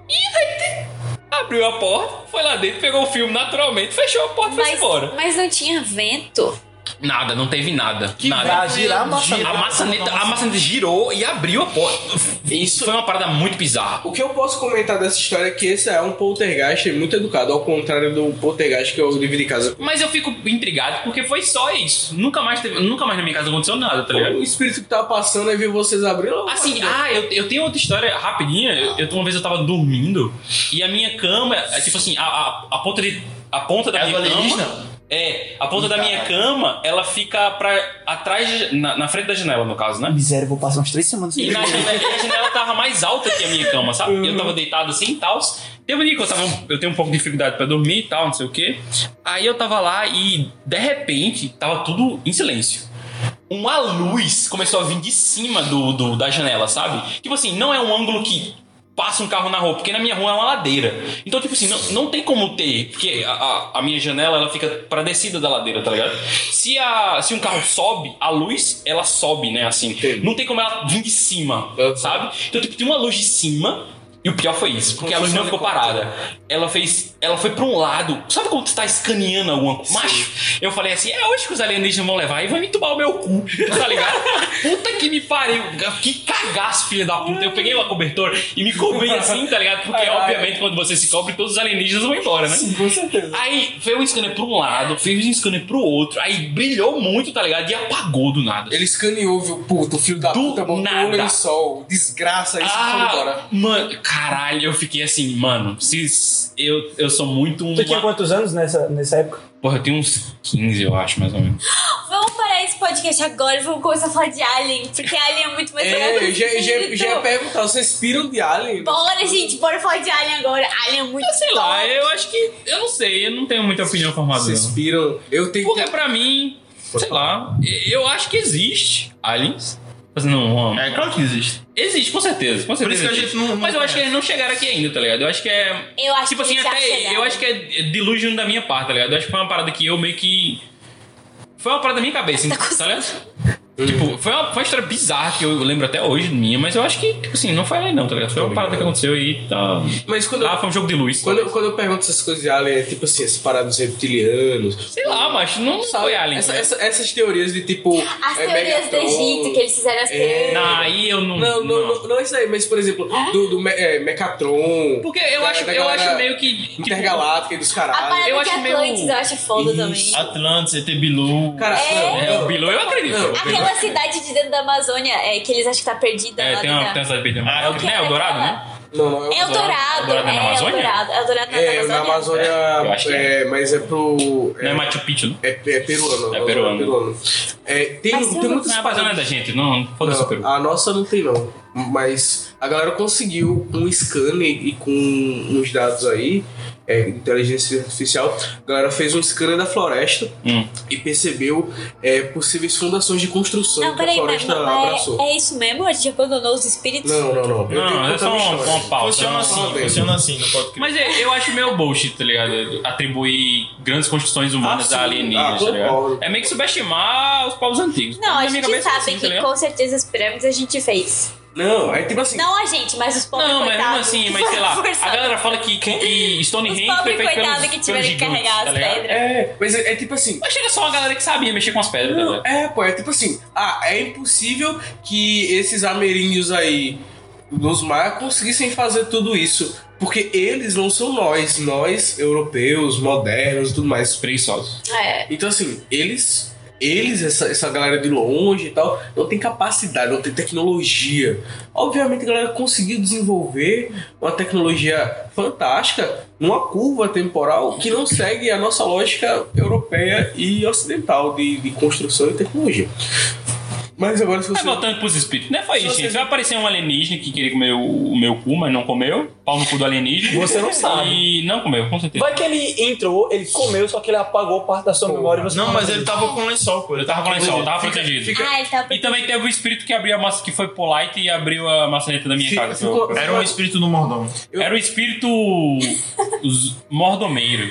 E a gente abriu a porta, foi lá dentro, pegou o filme naturalmente, fechou a porta e foi
Mas,
embora.
mas não tinha vento.
Nada, não teve nada.
Pra
nada.
girar a maçã.
A maçaneta, a maçaneta girou e abriu a porta.
Isso.
Foi uma parada muito bizarra.
É. O que eu posso comentar dessa história é que esse é um poltergeist muito educado, ao contrário do poltergeist que eu livro de casa.
Mas eu fico intrigado porque foi só isso. Nunca mais, teve- nunca mais na minha casa aconteceu nada, tá ligado?
O espírito que tava passando aí viu vocês abrindo. ela-
Assim, ah, eu, eu tenho outra história rapidinha. Eu, eu- uma vez eu tava dormindo e a minha cama, é, tipo assim, a, a, a ponta de. A ponta da
É do
minha
alienígena?
cama. É, a ponta da minha cama, ela fica pra, atrás, de- na, na frente da janela, no caso, né?
Miséria, eu vou passar umas três semanas sem
E na janela, e a janela tava mais alta que a minha cama, sabe? E Eu tava deitado assim e tal. Teve um dia que eu, tava, eu tenho um pouco de dificuldade pra dormir e tal, não sei o quê. Aí eu tava lá e, de repente, tava tudo em silêncio. Uma luz começou a vir de cima do, do- da janela, sabe? Tipo assim, não é um ângulo que passa um carro na rua, porque na minha rua é uma ladeira. Então, tipo assim, não, não tem como ter, porque a, a- a minha janela ela fica pra descida da ladeira, tá ligado? Se, a, se um carro sobe, a luz ela sobe, né? Assim, não tem como ela vir de cima, sabe? Então, tipo, tem uma luz de cima. E o pior foi isso, porque a luz não ficou parada. Ela fez. Ela foi pra um lado. Sabe quando tu tá escaneando alguma coisa? Macho, eu falei assim: é hoje que os alienígenas vão levar e vão me tomar o meu cu, tá ligado? puta que me pariu. Que cagaço, filha da puta. Eu peguei uma cobertura e me cobri assim, tá ligado? Porque, obviamente, quando você se cobre, todos os alienígenas vão embora, né?
com certeza.
Aí fez um scanner pra um lado, fez um scanner pro outro, aí brilhou muito, tá ligado? E apagou do nada.
Ele escaneou, viu? Puta, o filho da
Do
puta botou
nada.
o lençol. Desgraça, isso que foi embora.
Ah, mano, caralho, eu fiquei assim, mano, se, eu, eu sou muito um.
Tu tinha quantos anos nessa, nessa época?
Porra, eu tenho uns 15, eu acho, mais ou menos.
Vamos parar esse podcast agora e vamos começar a falar de Alien, porque Alien é muito mais legal
É,
que
eu já, já,
espírito.
já ia perguntar, vocês piram de Alien?
Bora, gente, bora falar de Alien agora. Alien é muito
Ah, Sei lá, eu acho que. Eu não sei, eu não tenho muita opinião formada.
Vocês
Não.
piram? Eu tenho...
Porque pra mim, sei lá, eu acho que existe aliens. Mas não, não.
É claro que existe.
Existe, com certeza. Com certeza
Por isso que a
existe.
gente não- não
Mas eu acho que eles não chegaram aqui ainda, tá ligado? Eu acho que é.
Eu acho
tipo
que
assim,
eles já
até.
chegaram.
Eu acho que é delusion da minha parte, tá ligado? Eu acho que foi uma parada que eu meio que. Foi uma parada da minha cabeça, tá ligado? Tipo, foi uma, foi uma história bizarra que eu lembro até hoje minha, mas eu acho que, tipo assim, não foi aí não, tá ligado? Foi uma parada que aconteceu e tá.
Mas quando,
Ah, foi um jogo de luz.
quando, eu- quando eu pergunto essas coisas de Alien, é tipo assim, essas paradas dos reptilianos...
Sei lá, mas não foi Alien.
Essa-
né?
essa- essas teorias de tipo...
As
é,
teorias do
Megatron,
Egito, que eles fizeram as
é.
teorias.
Não, aí eu Hum, não.
Não, não, não, não é isso aí, mas por exemplo,
Ah.
do, do Me- é, Mecatron.
Porque eu
da-
acho,
da
eu
galera
acho meio que. tipo,
Intergaláctica e dos
A
caralho.
parada
eu
de
acho meio- Ah,
Atlantis eu acho foda também.
Atlantis, ET Bilu.
Cara, não,
É, o Bilu eu acredito.
Não,
Aquela cidade de dentro da Amazônia é, que eles acham que tá perdida
É,
lá
tem
dentro
uma
da...
essa de
Ah, eu
Ah,
que
né?
era
O Dourado,
aquela?
né?
não, não, é o Dourado.
Eldorado,
Eldorado na
é
Amazônia?
Eldorado. Eldorado na
É, na
Amazônia.
Amazônia.
eu acho que
É, mas é pro.
Não é
É,
Machu Picchu, não?
é, é peruano.
É
a Amazônia
peruano.
É, tem
Mas eu
tem
não-
muitas
Não, a Amazônia é da gente, não. Foda-se o Peru.
Não, a nossa não tem, não. Mas a galera conseguiu com um scanner e com os dados aí, é, inteligência artificial, a galera fez um scanner da floresta
Hum.
e percebeu é, possíveis fundações de construção
Não,
que a
peraí, mas,
floresta
mas
abraçou.
é, é isso mesmo? A gente abandonou os espíritos?
Não, não, não. Eu tenho
Não, é
que
só
contar
uma,
uma história.
uma pauta.
Funciona
não.
assim, funciona assim, não pode crer.
Mas é, eu acho meio bullshit, tá ligado? Atribuir grandes construções
Ah,
humanas
sim.
a alienígenas,
Ah,
tá ligado?
concordo.
É meio que subestimar os povos antigos.
Não,
Na
a
minha
gente
cabeça é
sabe
assim, tá
que
ligado?
com certeza as pirâmides a gente fez.
Não, aí tipo assim.
Não a gente, mas os pobres
Não, mas mesmo
coitados
assim,
que
mas sei lá,
foram
a
forçados.
galera fala que, que
Os
Stonehenge foi
pobres
feito pelos,
coitados que
pelos
tiveram que
gigantes,
carregar
tá
as
ligado?
pedras.
É, mas é, é tipo assim.
Mas chega só uma galera que sabia mexer com as pedras, tá
Não,
ligado?
é, pô, é tipo assim, ah, é impossível que esses ameríndios aí dos mar conseguissem fazer tudo isso. Porque eles não são nós, nós, europeus, modernos e tudo mais.
Preguiçosos.
É.
Então, assim, eles, eles essa, essa galera de longe e tal, não tem capacidade, não tem tecnologia. Obviamente, a galera conseguiu desenvolver uma tecnologia fantástica numa curva temporal que não segue a nossa lógica europeia e ocidental de, de construção e tecnologia. Mas agora, se
Mas
você.
é voltando pros espíritos, né? Foi
Se
isso,
você-
gente. Vai aparecer um alienígena que queria comer o, o meu cu, mas não comeu. Pau no cu do alienígena.
Você não sabe.
E não comeu, com certeza.
Vai que ele entrou, ele comeu, só que ele apagou parte da sua memória e você
Não, mas ele tava com lençol, pô.
Eu tava com lençol, tava
Fica-
protegido.
Ah, ele tá
E também teve o espírito que abriu a maçaneta, que foi polite e abriu a maçaneta da minha
Fica-
casa. que
ficou-
eu-
Era um espírito do mordomo.
Era o espírito os- mordomeiro.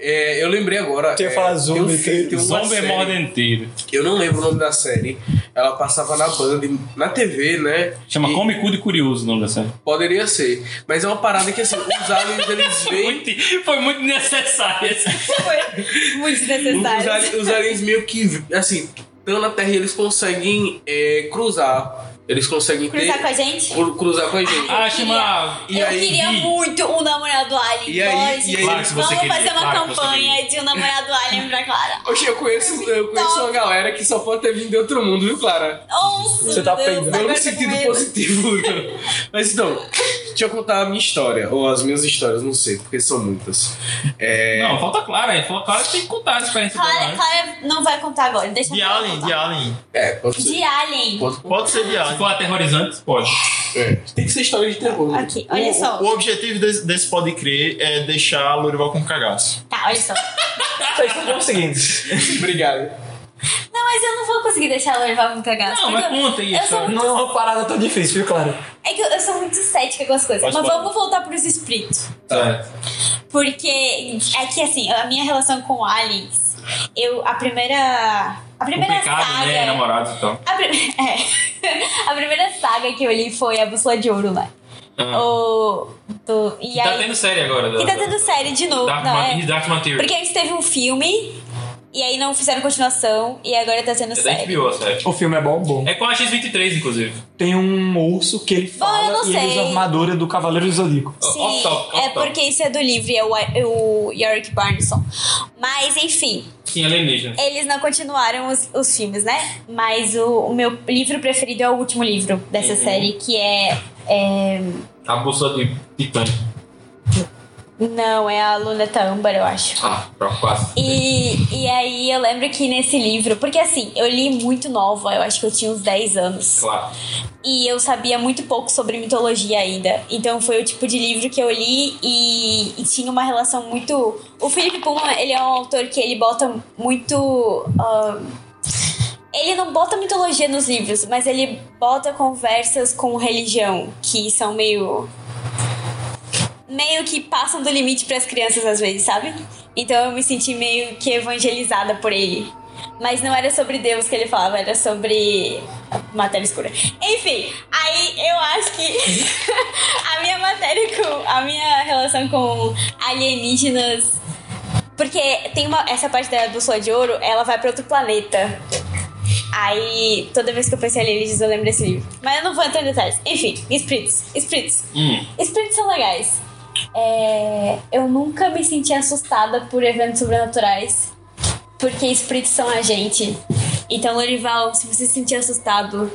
É, eu lembrei agora.
Você ia
é,
falar zumbi,
tem um filme, tem uma
Zombie é
série-
mordenteiro.
Eu não lembro o nome da série. Ela passava na Band, na TV, né?
Chama
E-
Come Cu de Curioso o nome dessa.
Poderia ser. Mas é uma parada que assim, os aliens eles vêm.
Muito- Foi muito necessário. essa- então,
muito
os,
desnecessário.
ali- os aliens meio que assim, estão na Terra e eles conseguem é, cruzar. Eles conseguem
Cruzar
ter-
com a gente?
cru- cruzar com a gente.
Ah, chama.
e
eu
aí-
queria
e-
muito um namorado alien.
E aí-
Bora,
e
gente.
aí- Claro
que
Vamos
você queria,
fazer uma
claro que você
campanha de um namorado alien pra Clara.
Oxe, eu conheço,
Então
eu conheço uma galera que só pode ter vindo de outro mundo, viu, Clara?
Nossa,
Você tá
meu Deus,
peidando
Não
agora
no
eu tô com
sentido
medo.
positivo, não. Mas então, deixa eu contar a minha história, ou as minhas histórias, não sei, porque são muitas. É,
Não, falta Clara. aí. Falta Clara que tem que contar a experiência dela.
Clara,
né?
Clara não vai contar agora, deixa
De
ela
Alien,
contar.
de Alien.
é, pode ser.
De Alien.
Pode,
Pode ser de
Se
Alien.
for aterrorizante, pode.
é. Tem que ser história de terror. né?
Aqui, olha só.
O objetivo desse, desse Pode Crer é deixar a Lorival com cagaço.
Tá, olha só.
Vocês estão conseguindo.
Obrigado.
Não, mas mas eu não vou conseguir deixar ela levar muito a gasto.
Não, mas
porque eu-
conta
Eu
isso.
sou muito-
Não é uma parada tão difícil, viu, claro?
É que eu, eu sou muito cética com as coisas.
Pode
mas
falar.
vamos voltar pros espíritos.
é
Tá.
Porque é que assim, a minha relação com aliens, eu. A primeira. A primeira
Complicado,
saga. é.
né? Namorado, então.
A, prim- é. A primeira saga que eu li foi a Bússola de Ouro lá.
Ah.
O. do- e
Tá
aí-
tendo série agora.
E tá tendo série de novo,
Dark,
não
Ma-
é?
Dark Material.
Porque antes teve um filme, e aí não fizeram continuação, e agora tá sendo
É da
série.
HBO a série.
O filme é bom, bom.
É com a X-23, inclusive.
Tem um urso que ele fala
eu não
e ele
sei.
usa a armadura do Cavaleiro do Zodíaco.
Sim, é porque isso é do livro, e é o, o Yorick Barneson. Mas, enfim,
Sim, alienígena.
eles não continuaram os, os filmes, né? Mas o, o meu livro preferido é o último livro dessa
Uhum.
série, que é, é-
A bolsa de Titã.
Não, é a Luneta Âmbar, eu acho.
Ah, pra quase.
E, e aí eu lembro que nesse livro, porque assim, eu li muito nova, eu acho que eu tinha uns 10 anos.
Claro.
E eu sabia muito pouco sobre mitologia ainda. Então foi o tipo de livro que eu li e, e tinha uma relação muito. O Felipe Pullman, ele é um autor que ele bota muito. ah, ele não bota mitologia nos livros, mas ele bota conversas com religião, que são meio. meio que passam do limite para as crianças às vezes, sabe? Então eu me senti meio que evangelizada por ele. Mas não era sobre Deus que ele falava, era sobre matéria escura. Enfim, aí eu acho que a minha matéria com. a minha relação com alienígenas. Porque tem uma. essa parte da bússola de ouro, ela vai para outro planeta. Aí, toda vez que eu pensei em alienígenas, eu lembro desse livro. Mas eu não vou entrar em detalhes. Enfim, espíritos. Espíritos. Espíritos são legais. É, eu nunca me senti assustada por eventos sobrenaturais, porque espíritos são a gente. Então, Lorival, se você se sentir assustado,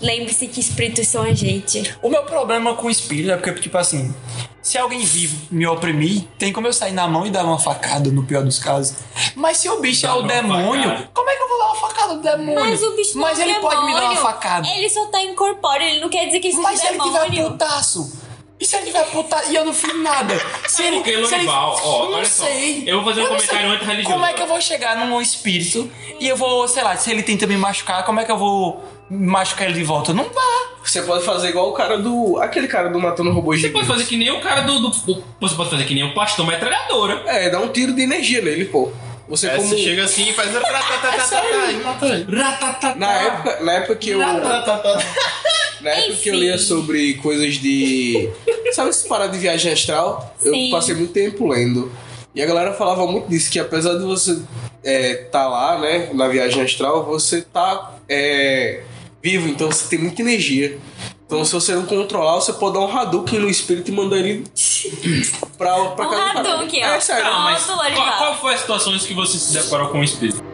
lembre-se que espíritos são a gente.
O meu problema com o espírito é porque, tipo assim, se alguém vivo me oprimir, tem como eu sair na mão e dar uma facada no pior dos casos. Mas se o bicho é o demônio, como é que eu vou dar uma facada no demônio?
Mas o bicho
Mas
não é
ele pode me dar uma
demônio.
facada.
Ele só tá incorpóreo, ele não quer dizer que isso
Mas se
é
ele
demônio.
tiver putaço? E se ele tiver puta e eu não fiz nada? Se ele,
Porque,
se ele,
Lorival, ó,
eu não
olha só.
sei.
Eu vou fazer um
não
comentário
sei.
antirreligioso.
Como é que eu vou chegar num espírito e eu vou, sei lá, se ele tenta me machucar, como é que eu vou machucar ele de volta? Não dá.
Você pode fazer igual o cara do. aquele cara do Matando Robô
Você pode fazer que nem o cara do. do- do- você pode fazer que nem o pastor metralhadora.
É, dá um tiro de energia nele, pô. Você
É,
como...
você chega assim
e faz.
sério?
Tá.
na, época, na época que eu. Na época que eu lia sobre coisas de. Sabe essa parada de viagem astral?
Sim.
Eu passei muito tempo lendo. E a galera falava muito disso, que apesar de você é, tá lá, né, na viagem astral, você tá é, vivo, então você tem muita energia. Então se você não controlar, você pode dar um Hadouken no espírito e mandar ele pra, pra
Um
casa do cara.
Hadouken, ó.
É sério.
Tá, mas Pronto, Lorival.
Qual, qual foi as situações que você se deparou com o espírito?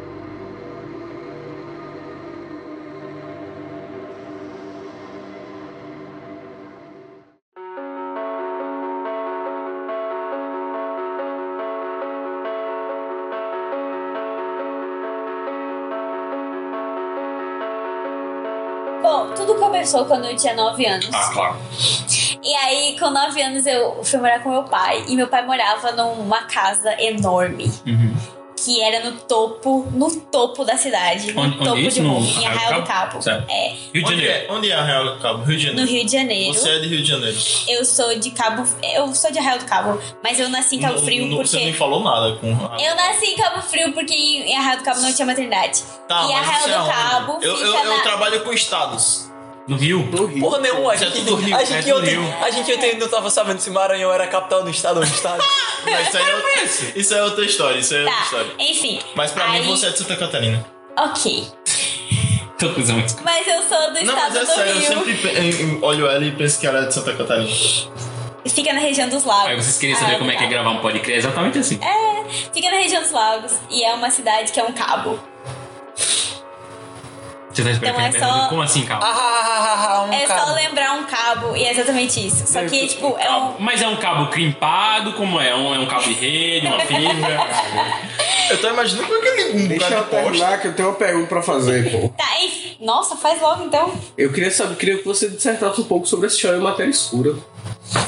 Bom, tudo começou quando eu tinha 9 anos.
Ah, claro.
E aí, com 9 anos, eu fui morar com meu pai. E meu pai morava numa casa enorme.
Uhum.
Que era no topo, no topo da cidade. No
Onde- onde
topo
é isso?
de
No
morro, em Arraial do Cabo.
Certo.
É.
Rio de Janeiro. Onde é Arraial do Cabo? Rio de Janeiro.
No Rio de Janeiro.
Você é de Rio de Janeiro.
Eu sou de Cabo. Eu sou de Arraial do Cabo. Mas eu nasci em Cabo
Não-
tá Frio
não-
porque.
Você nem falou nada com.
Eu nasci em Cabo Frio porque em Arraial do Cabo não tinha maternidade.
Tá,
e
mas
Arraial
isso é
do
onde?
Cabo
Eu,
fica
eu, eu
na.
trabalho com estados.
é?
No Rio?
No Rio.
Porra nenhuma, a
Isso é
gente,
tudo Rio,
a
é
gente,
tudo
ontem,
Rio.
a gente ontem não tava sabendo se Maranhão era a capital do estado ou do estado.
Mas isso, aí é outra, isso é outra história, isso aí é outra
Tá,
história.
enfim.
Mas pra
aí-
mim você é de Santa Catarina.
Ok.
Tô coisa muito.
Mas eu sou do
Não,
estado
mas é
do
sério, eu
Rio.
sempre pe- em- em- olho ela e penso que ela é de Santa Catarina.
Fica na região dos lagos.
Aí vocês queriam saber
Arraial
como
do
é que é
Cabo.
gravar um podcast? É Exatamente assim.
Ah, É, fica na região dos lagos e é uma cidade que é um cabo.
Você tá esperando
Então é
que eu pergunte,
só- Ah,
Como assim,
Ah,
calma?
é só lembrar um cabo e é exatamente isso. Só que, tipo, é um.
Mas é um cabo crimpado? Como é? Um- é um cabo de rede, uma fibra?
Eu tô imaginando como é que ele.
Deixa eu terminar que eu tenho uma pergunta pra fazer, pô.
Tá, enfim. Nossa, faz logo então.
Eu queria saber, queria que você dissertasse um pouco sobre esse show em matéria escura.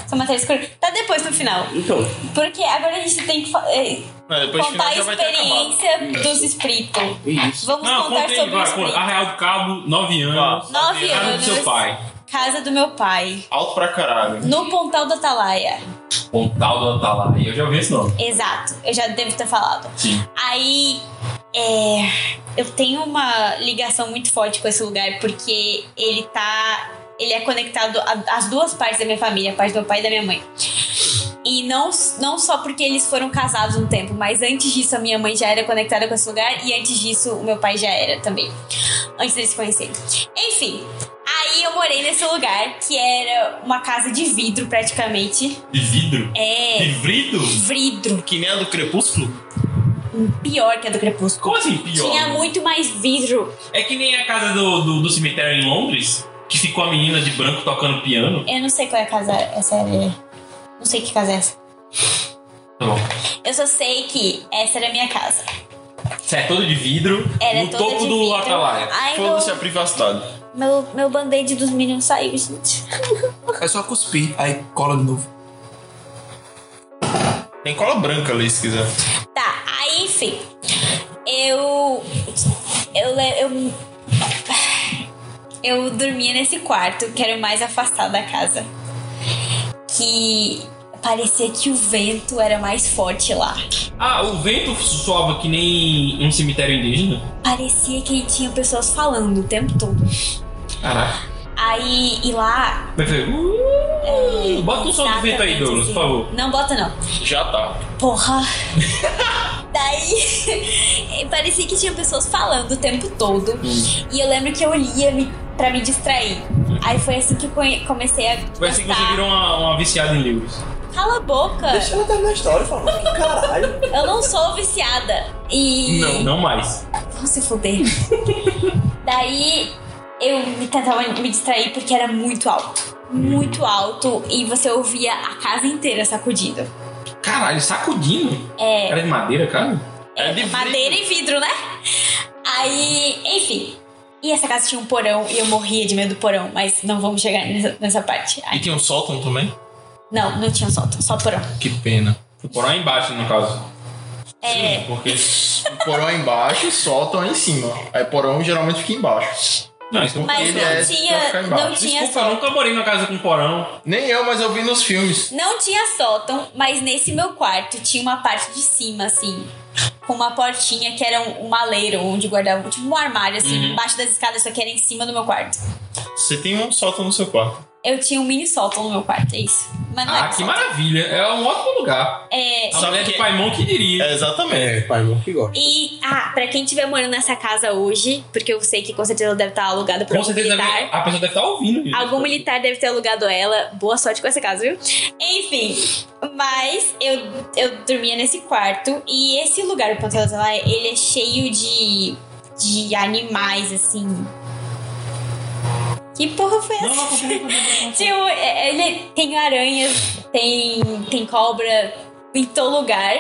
Sua matéria escura. Tá depois no final.
Então.
Porque agora a gente tem que fa- é,
Não, depois do
contar a
final já vai ter
experiência
acabado.
dos espíritos.
Isso.
Vamos
não,
contar
contei,
sobre
vai,
o espírito.
conta. Arraial do Cabo, 9 anos.
Nove
Casa
anos.
do seu pai.
Casa do meu pai.
Alto pra caralho.
No Pontal da Atalaia.
Pontal do Atalaia. Eu já ouvi esse nome.
Exato. Eu já devo ter falado.
Sim.
Aí, é, eu tenho uma ligação muito forte com esse lugar porque ele tá, ele é conectado a- às duas partes da minha família, a parte do meu pai e da minha mãe. E não, não só porque eles foram casados um tempo, mas antes disso a minha mãe já era conectada com esse lugar e antes disso o meu pai já era também. Antes deles se conhecerem. Enfim, aí eu morei nesse lugar que era uma casa de vidro praticamente.
De vidro?
É.
De vidro?
Vidro.
Que nem a do Crepúsculo?
Pior que a do Crepúsculo.
Como assim pior?
Tinha muito mais vidro.
É que nem a casa do, do, do cemitério em Londres, que ficou a menina de branco tocando piano.
Eu não sei qual é a casa. Essa era. Não sei que casa é essa.
Tá bom.
Eu só sei que essa era a minha casa.
Isso é todo de vidro.
Era
no
é toda
topo
de
do
vidro.
Atalaia.
Ai, Foda-se meu- a
privacidade.
Meu, meu band-aid dos Minions saiu, gente.
É só cuspir, aí cola de novo.
Tem cola branca ali, se quiser.
Tá, aí enfim. Eu. Eu. le- Eu, eu dormia nesse quarto, que era o mais afastado da casa. Que parecia que o vento era mais forte lá.
Ah, o vento soava que nem um cemitério indígena?
Parecia que tinha pessoas falando o tempo todo.
Caraca.
Aí, e lá.
Mas foi, uh,
é,
Bota um som de vento aí,
exatamente
Douglas,
assim.
por favor.
Não bota, não.
Já tá.
Porra! Daí parecia que tinha pessoas falando o tempo todo.
Hum.
E eu lembro que eu lia me, pra me distrair. Aí foi assim que eu conhe- comecei a.
Vai ser Hum. assim que você
gostar.
virou uma, uma viciada em livros.
Cala a boca!
Deixa ela terminar a história, por favor. Caralho.
Eu não sou viciada. E.
Não, não mais.
Vão se fuder. Daí eu me tentava me distrair porque era muito alto. Muito alto. E você ouvia a casa inteira sacudida.
Caralho, sacudindo.
É.
Era de madeira, cara?
É, madeira e vidro, né? Aí, enfim. E essa casa tinha um porão e eu morria de medo do porão, mas não vamos chegar nessa, nessa parte. Ai,
E tem um sótão também?
Não, não tinha solto, só porão.
Que pena.
O porão é embaixo, no caso.
É,
Porque.
Porão é embaixo e sótão é em cima. Aí porão geralmente fica embaixo.
Não, isso
Mas não tinha- não tinha
Desculpa, eu nunca morei numa casa com porão.
Nem eu, mas eu vi nos filmes.
não tinha sótão, mas nesse meu quarto tinha uma parte de cima, assim, com uma portinha que era um, um maleiro onde guardava, tipo um armário, assim,
Uhum.
embaixo das escadas, só que era em cima do meu quarto.
Você tem um sótão no seu quarto.
Eu tinha um mini sótão no meu quarto, é isso. Mas não
Ah,
era
que
sótão.
maravilha. É um ótimo lugar.
É,
A mulher de Paimon que diria.
É, exatamente.
Paimon É, que gosta.
E, ah, pra quem estiver morando nessa casa hoje, porque eu sei que com certeza ela deve estar alugada pra
Com
algum
certeza
militar.
deve- a pessoa deve estar ouvindo. isso.
Algum militar deve ter alugado ela. Boa sorte com essa casa, viu? Enfim, mas eu, eu dormia nesse quarto. E esse lugar, o Panteão da Atalaia, ele é cheio de, de animais, assim. Que porra foi essa? tipo, é- ele tem aranhas, tem, tem cobra em todo lugar.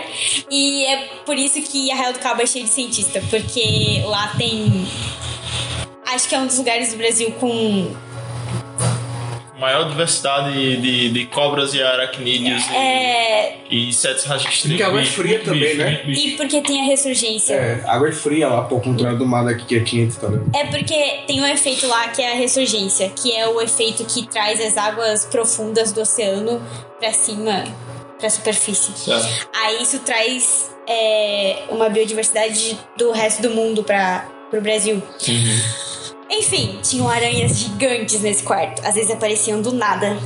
E é por isso que Arraial do Cabo é cheio de cientista. Porque lá tem... Acho que é um dos lugares do Brasil com
Maior diversidade de, de cobras e aracnídeos
É,
e insetos rachistritos.
Porque água é fria também, né?
e porque tem a ressurgência. É.
É, água é fria lá, pô, contrário do mar daqui que é quente, tá ligado?
porque tem um efeito lá que é a ressurgência, que é o efeito que traz as águas profundas do oceano pra cima, pra superfície.
Certo.
Aí isso traz é, uma biodiversidade do resto do mundo pra, pro Brasil. Enfim, tinham aranhas gigantes nesse quarto. Às vezes apareciam do nada.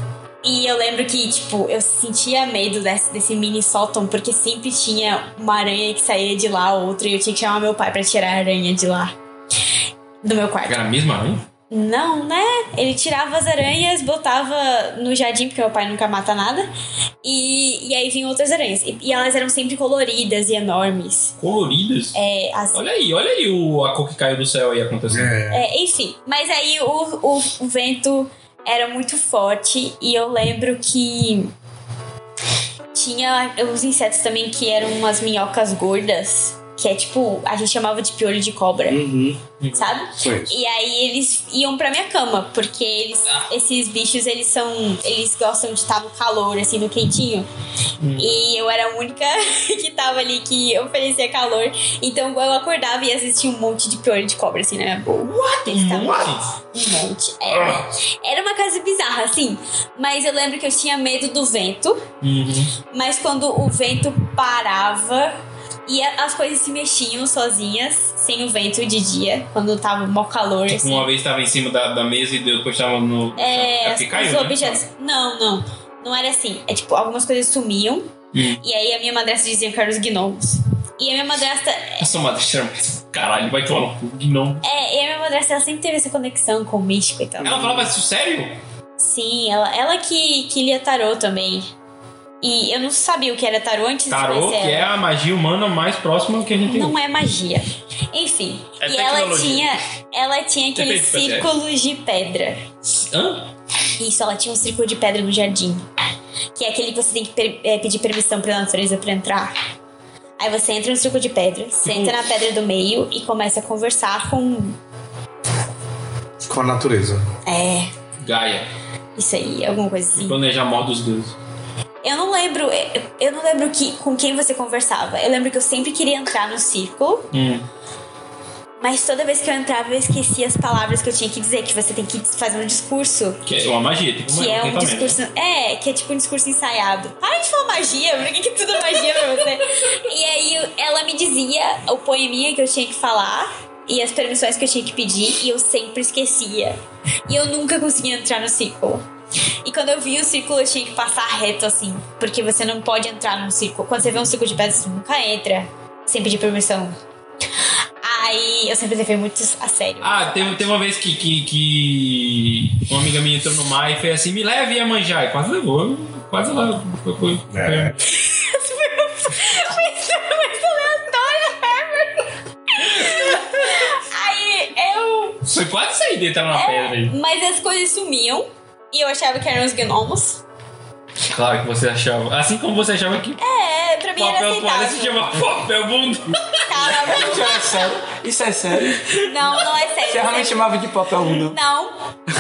E eu lembro que, tipo, eu sentia medo desse, desse mini sótão, porque sempre tinha uma aranha que saía de lá, outra, e eu tinha que chamar meu pai pra tirar a aranha de lá. Do meu quarto.
Era a mesma aranha?
Não, né? Ele tirava as aranhas, botava no jardim, porque meu pai nunca mata nada. E, e aí vinham outras aranhas. E, e elas eram sempre coloridas e enormes.
Coloridas?
É, as,
Olha aí, olha aí o, a cor que caiu do céu aí acontecendo.
É, enfim, mas aí o, o, o vento era muito forte e eu lembro que tinha os insetos também que eram umas minhocas gordas que é tipo, a gente chamava de piolho de cobra.
Uhum.
Sabe?
Conheço.
E aí eles iam pra minha cama, porque eles, esses bichos, eles são. Eles gostam de estar no calor, assim, no quentinho. E eu era a única que tava ali que oferecia calor. Então eu acordava e às vezes tinha um monte de piolho de cobra, assim, na minha boca. What? Eles tavam- Um monte. Era. Era uma casa bizarra, assim. Mas eu lembro que eu tinha medo do vento.
Uhum.
Mas quando o vento parava e a- as coisas se mexiam sozinhas, sem o vento de dia, quando tava mó calor,
Tipo,
assim.
uma vez tava em cima da, da mesa e depois tava no.
É,
É
as-
que
os
caiu, né?
objetos. Não, não. Não era assim. É tipo, algumas coisas sumiam.
Hum.
E aí a minha madrasta dizia que eram os gnomos. E a minha madrasta.
Nossa, uma Caralho, vai tomar no cu, Gnome.
É, e a minha madrasta ela sempre teve essa conexão com o místico e tal.
Ela falava isso sério?
Sim, ela, ela que, que lia tarô também. E eu não sabia o que era tarô antes de
Tarô,
conhecer
que é
ela.
a magia humana mais próxima que a gente tem.
Não é magia. Enfim.
É
e ela
tecnologia.
tinha, ela tinha aqueles
Depende do projeto.
círculos de pedra.
Hã?
Isso, ela tinha um círculo de pedra no jardim. Que é aquele que você tem que per- eh, pedir permissão pra natureza pra entrar. Aí você entra no círculo de pedra, senta na pedra do meio e começa a conversar com.
Com a natureza.
É,
Gaia.
isso aí, alguma coisa assim.
Planejar a morte dos deuses.
Eu não lembro, eu- eu não lembro que, com quem você conversava. Eu lembro que eu sempre queria entrar no círculo, mas toda vez que eu entrava eu esquecia as palavras que eu tinha que dizer, que você tem que fazer um discurso.
Que é uma magia, tem
Tipo,
Que é um discurso. É, que é tipo um discurso ensaiado. Para de falar magia, por que, que tudo é magia pra você? e aí eu- ela me dizia o poeminha que eu tinha que falar e as permissões que eu tinha que pedir e eu sempre esquecia. E eu nunca conseguia entrar no círculo. E quando eu vi o círculo, eu tinha que passar reto assim, porque você não pode entrar num círculo. Quando você vê um círculo de pedras, você nunca entra, sem pedir permissão. Aí eu sempre levei muito a sério.
Ah, teve, teve uma vez que, que, que uma amiga minha entrou no mar e fez assim, me leve a manjar. E quase levou, quase lá. Foi, foi,
É.
foi.
É.
Aí eu.
Foi quase sair de entrar
É.
numa pedra aí.
Mas as coisas sumiam e eu achava que eram os gnomos.
Claro que você achava. Assim como você achava que
É, pra mim era
papel toalha se
aceitável.
chama papel bunda.
Isso
é sério? Isso é sério?
Não, não é sério.
Você realmente chamava de papel mundo?
Não,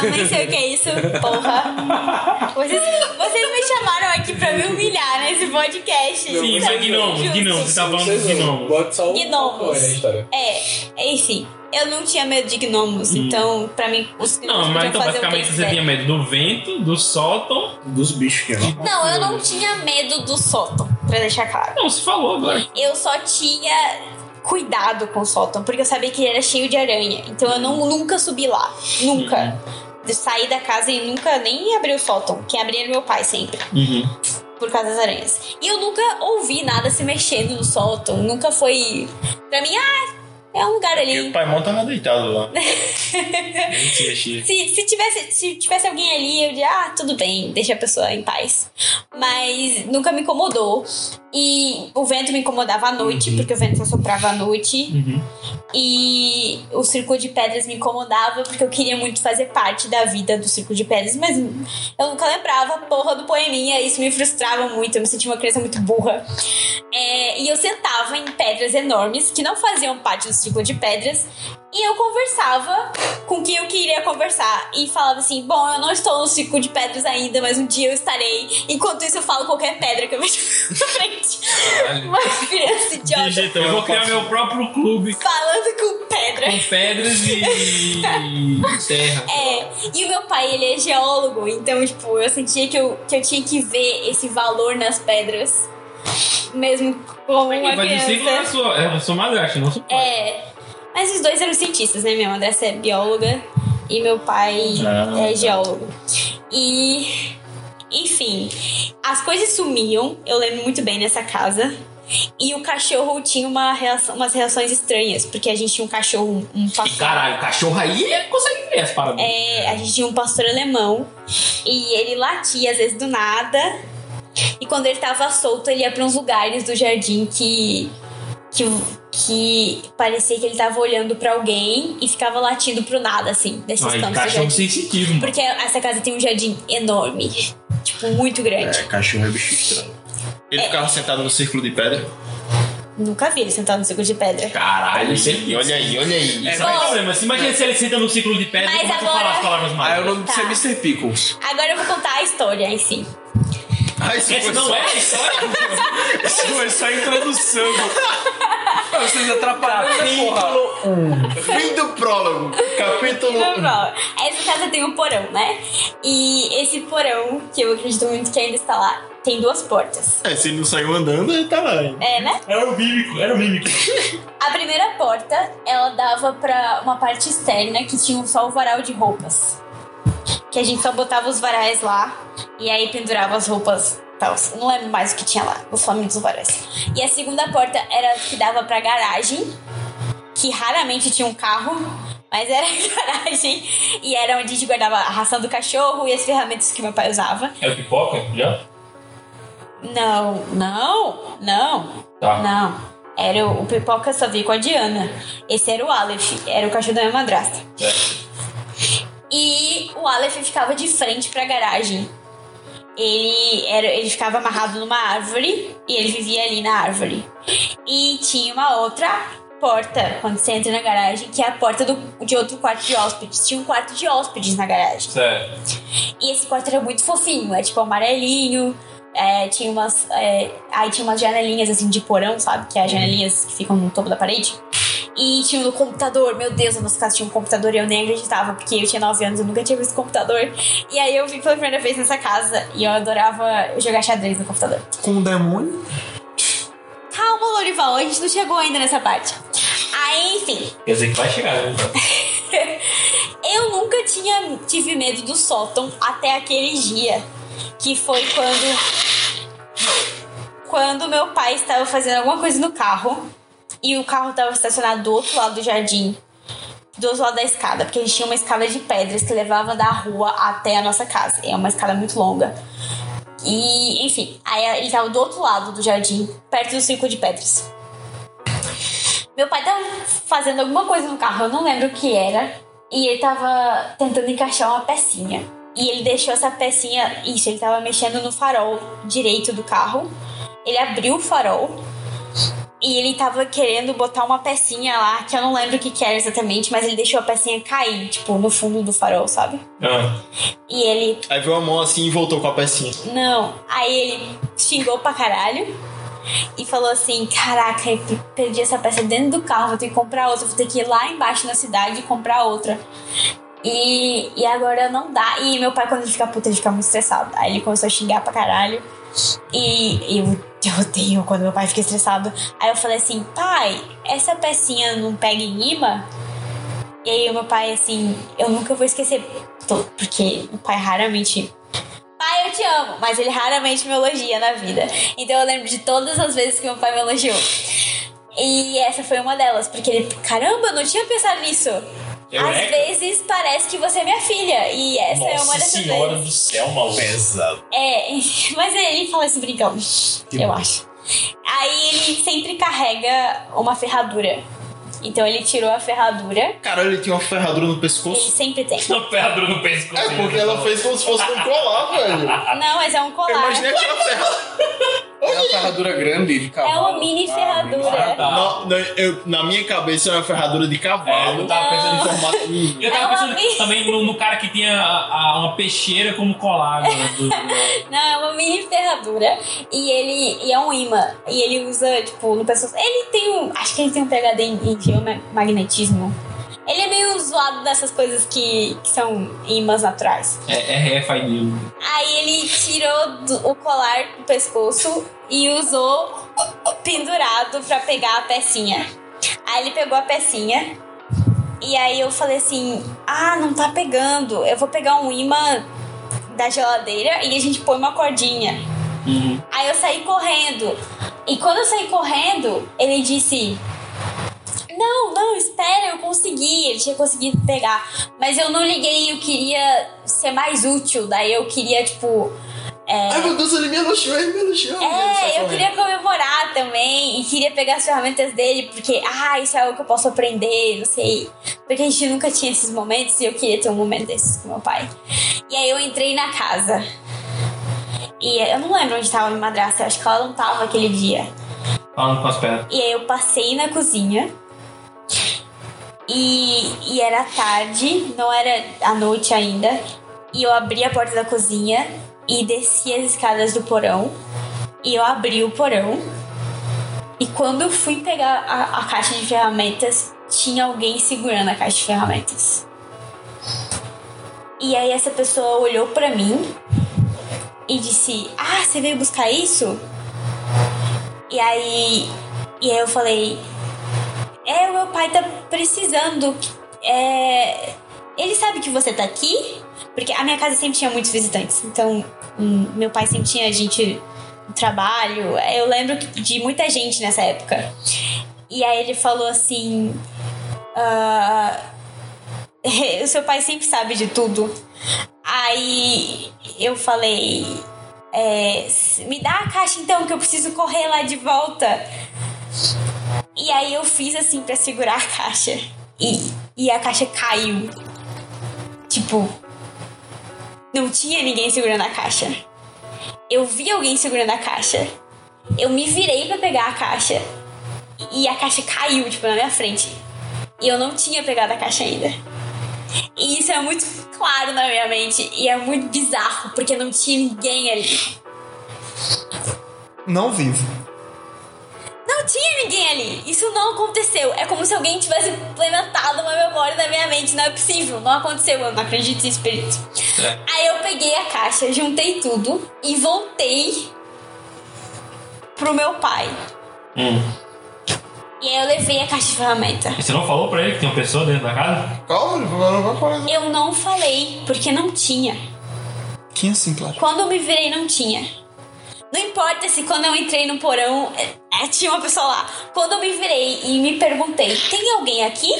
eu nem sei o que é isso, porra. Vocês, vocês me chamaram aqui pra me humilhar nesse podcast.
Sim,
é
Então,
mas gnomo, gnomo, você tá falando dos gnomos.
Bota só
Gnomos.
na história.
É, enfim, eu não tinha medo de gnomos, então pra mim os gnomos
Não, mas
podiam
então
fazer o que
basicamente você
quiser.
tinha medo do vento, do sótão.
Dos bichos que é
Não, eu não tinha medo do sótão, pra deixar claro.
Não, se falou agora.
Eu só tinha cuidado com o sótão, porque eu sabia que ele era cheio de aranha. Então eu não, nunca subi lá. Nunca. Eu saí da casa e nunca nem abri o sótão. Quem abria era meu pai sempre. Por causa das aranhas. E eu nunca ouvi nada se mexendo no sótão. Nunca foi. Pra mim, ah, é um lugar ali.
O Paimon tava deitado lá.
Se, se, tivesse, se tivesse alguém ali, eu diria, ah, tudo bem, deixa a pessoa em paz. Mas nunca me incomodou. E o vento me incomodava à noite, porque o vento só soprava à noite. E o círculo de pedras me incomodava, porque eu queria muito fazer parte da vida do círculo de pedras, mas eu nunca lembrava a porra do poeminha, isso me frustrava muito, eu me sentia uma criança muito burra. É, e eu sentava em pedras enormes, que não faziam parte do círculo de pedras, e eu conversava com quem eu queria conversar. E falava assim: Bom, eu não estou no círculo de pedras ainda, mas um dia eu estarei. Enquanto isso, eu falo qualquer pedra que eu vejo na frente. Uma criança idiota.
eu vou criar meu próprio clube
Falando com pedra.
com pedras e terra.
É, e o meu pai, ele é geólogo, então, tipo, eu sentia que eu, que eu tinha que ver esse valor nas pedras. Mesmo como uma
Mas o ciclo é a
criança.
sua, é a sua madrasta, não sua
É, mas os dois eram cientistas, né? Minha madrasta é bióloga e meu pai
Ah,
é
tá.
geólogo. E, enfim, as coisas sumiam, eu lembro muito bem nessa casa. E o cachorro tinha uma reação, umas reações estranhas, porque a gente tinha um cachorro, um pastor.
Caralho, cachorro aí é- consegue ver as paradas.
É, a gente tinha um pastor alemão e ele latia às vezes do nada. E quando ele tava solto, ele ia pra uns lugares do jardim que que, que parecia que ele tava olhando pra alguém e ficava latindo pro nada assim, desses
Ai,
cantos do
cachorro
jardim.
sem sentido, mano.
Porque essa casa tem um jardim enorme, tipo muito grande.
é
cachorro é bicho estranho. Ele ficava sentado no círculo de pedra.
Nunca vi ele sentado no círculo de pedra.
Caralho, ele- olha aí, olha aí.
É, mas-
Isso é um problema. Se Imagina se ele senta no círculo de pedra e
Mas
começa
agora-
a falar as palavras
Ah,
mágicas.
é o nome
Tá.
disso é Mr. Pickles.
Agora eu vou contar a história em si.
Ah,
é, isso foi só-
Isso foi só a introdução. Ah, Vocês atrapalharam né,
Capítulo 1. Fim do prólogo. Capítulo
Não,
1.
não. Essa casa tem um porão, né? E esse porão, que eu acredito muito que ainda está lá, tem duas portas.
É, se ele não saiu andando, ele tá lá. hein?
É, né?
Era o mímico, era o mímico.
A primeira porta, ela dava pra uma parte externa que tinha só o varal de roupas. Que a gente só botava os varais lá e aí pendurava as roupas. Tal. Não lembro mais o que tinha lá, os famintos varais. E a segunda porta era a que dava pra garagem, que raramente tinha um carro, mas era a garagem e era onde a gente guardava a ração do cachorro e as ferramentas que meu pai usava.
É o pipoca? Já?
Não, não, não.
Tá.
Não. Era o, o Pipoca só veio com a Diana. Esse era o Aleph, era o cachorro da minha madrasta.
É,
E o Aleph ficava de frente pra garagem. Ele, era, ele ficava amarrado numa árvore e ele vivia ali na árvore. E tinha uma outra porta quando você entra na garagem, que é a porta do, de outro quarto de hóspedes. Tinha um quarto de hóspedes na garagem.
Certo.
E esse quarto era muito fofinho, é tipo amarelinho. é, tinha umas. é, aí tinha umas janelinhas assim de porão, sabe? Que é as
Uhum.
janelinhas que ficam no topo da parede. E tinha um computador, meu Deus, a nossa casa tinha um computador e eu nem acreditava, porque eu tinha 9 anos, eu nunca tinha visto computador. E aí eu vim pela primeira vez nessa casa e eu adorava jogar xadrez no computador.
Com um demônio?
Calma, Lorival, a gente não chegou ainda nessa parte. Aí, enfim,
Quer dizer que vai chegar, né?
eu nunca tinha tive medo do sótão até aquele dia, que foi quando quando meu pai estava fazendo alguma coisa no carro e o carro estava estacionado do outro lado do jardim, do outro lado da escada, porque a gente tinha uma escada de pedras que levava da rua até a nossa casa. É uma escada muito longa. E, enfim, aí ele tava do outro lado do jardim, perto do círculo de pedras. Meu pai tava fazendo alguma coisa no carro, eu não lembro o que era. E ele tava tentando encaixar uma pecinha. E ele deixou essa pecinha. Isso, ele tava mexendo no farol direito do carro. Ele abriu o farol. E ele tava querendo botar uma pecinha lá, que eu não lembro o que, que era exatamente, mas ele deixou a pecinha cair, tipo, no fundo do farol, sabe? E ele
Ah. Aí viu a mão assim e voltou com a pecinha.
não. Aí ele xingou pra caralho e falou assim: Caraca, eu perdi essa peça dentro do carro, vou ter que comprar outra, vou ter que ir lá embaixo na cidade e comprar outra. E, e agora não dá. E meu pai, quando ele fica puto, ele fica muito estressado. Aí ele começou a xingar pra caralho. E eu, eu odeio quando meu pai fica estressado. Aí eu falei assim: Pai, essa pecinha não pega em imã? E aí o meu pai, assim, eu nunca vou esquecer. tô- Porque o pai raramente Pai, eu te amo, mas ele raramente me elogia na vida. Então eu lembro de todas as vezes que meu pai me elogiou. E essa foi uma delas, porque ele, caramba, eu não tinha pensado nisso. Às
Eureka.
vezes parece que você é minha filha. E essa é uma
é- Nossa
dessas
senhora
vezes.
do céu, maluco.
Pesado.
É, mas ele fala isso brincando, eu acho. Aí ele sempre carrega uma ferradura. Então ele tirou a ferradura.
Caralho, ele tinha uma ferradura no
Ele
pescoço.
sempre tem.
Uma ferradura no pescoço.
É porque ela fez como se fosse um colar, velho.
Não, mas é um colar.
Eu imaginei aquela ferradura.
É uma ferradura grande de
É
Ah,
cavalo. Ah,
uma mini ferradura.
Não, não, eu- na minha cabeça é uma ferradura de cavalo.
É, eu
É, tá.
tava pensando
Ah.
em
formato.
Eu tava
Ela
pensando
fez-
também no, no cara que tinha a- a- uma peixeira como colar. né, do- do-
Não, é uma mini ferradura. E ele e é um imã. E ele usa, tipo, no pessoal. Ele tem um. Acho que ele tem um PHD em, em geomagnetismo. Ele é meio zoado dessas coisas que, que são imãs naturais.
É
um,
RFID.
Aí ele tirou do- o colar do pescoço e usou pendurado pra pegar a pecinha. Aí ele pegou a pecinha. E aí eu falei assim: "Ah, não tá pegando. Eu vou pegar um imã da geladeira e a gente põe uma cordinha". Aí eu saí correndo. E quando eu saí correndo, ele disse: Não, não, espera, eu consegui. Ele tinha conseguido pegar. Mas eu não liguei, eu queria ser mais útil. Daí eu queria, tipo. é,
Ai meu Deus, ele me elogiou, ele me elogiou.
é, eu queria comemorar também e queria pegar as ferramentas dele, porque, ah, isso é algo que eu posso aprender, não sei. Porque a gente nunca tinha esses momentos e eu queria ter um momento desses com meu pai. E aí eu entrei na casa. E eu não lembro onde estava minha madrasta, eu acho que ela não tava aquele dia.
Falando com as pernas.
E aí eu passei na cozinha. E, e era tarde, não era a noite ainda. E eu abri a porta da cozinha e desci as escadas do porão. E eu abri o porão. E quando eu fui pegar a, a caixa de ferramentas, tinha alguém segurando a caixa de ferramentas. E aí essa pessoa olhou pra mim e disse: Ah, você veio buscar isso? E aí, e aí eu falei: É, o meu pai tá precisando. É, ele sabe que você tá aqui? Porque a minha casa sempre tinha muitos visitantes. Então, hum, meu pai sempre tinha gente no trabalho. é, Eu lembro de muita gente nessa época. E aí ele falou assim: "Ah, O seu pai sempre sabe de tudo. Aí eu falei: "É, s- Me dá a caixa então, que eu preciso correr lá de volta. E aí eu fiz assim pra segurar a caixa. E, e a caixa caiu. Tipo, não tinha ninguém segurando a caixa. Eu vi alguém segurando a caixa. Eu me virei pra pegar a caixa. E a caixa caiu, tipo, na minha frente. E eu não tinha pegado a caixa ainda. E isso é muito claro na minha mente. E é muito bizarro, porque não tinha ninguém ali.
Não vivo.
Não tinha ninguém ali. Isso não aconteceu. É como se alguém tivesse implementado uma memória na minha mente. Não é possível. Não aconteceu. Eu não acredito em espírito. Aí eu peguei a caixa, juntei tudo e voltei pro meu pai. E "Ah, aí eu levei a caixa de ferramenta.
E você não falou pra ele que tem uma pessoa dentro da casa?
Calma, não vai falar
Eu não falei, porque não tinha.
Quem assim, claro?
Quando eu me virei, não tinha. Não importa se quando eu entrei no porão é, é, tinha uma pessoa lá. Quando eu me virei e me perguntei: tem alguém aqui?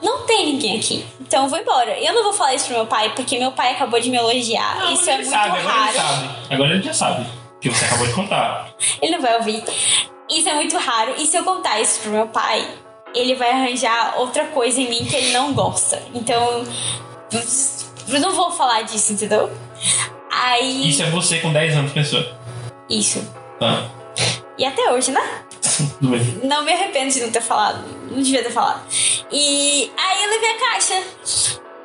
Não tem ninguém aqui. Então eu vou embora. Eu não vou falar isso pro meu pai, porque meu pai acabou de me elogiar. isso é muito
sabe, agora
raro.
ele sabe. Agora ele já sabe. Que você acabou de contar.
Ele não vai ouvir. Isso é muito raro. E se eu contar isso pro meu pai, ele vai arranjar outra coisa em mim que ele não gosta. Então, eu não vou falar disso, entendeu? Aí.
Isso é você com 10 anos, pessoa.
Isso.
Tá.
E até hoje, né?
Tudo bem.
Não me arrependo de não ter falado. Não devia ter falado. E aí eu levei a caixa.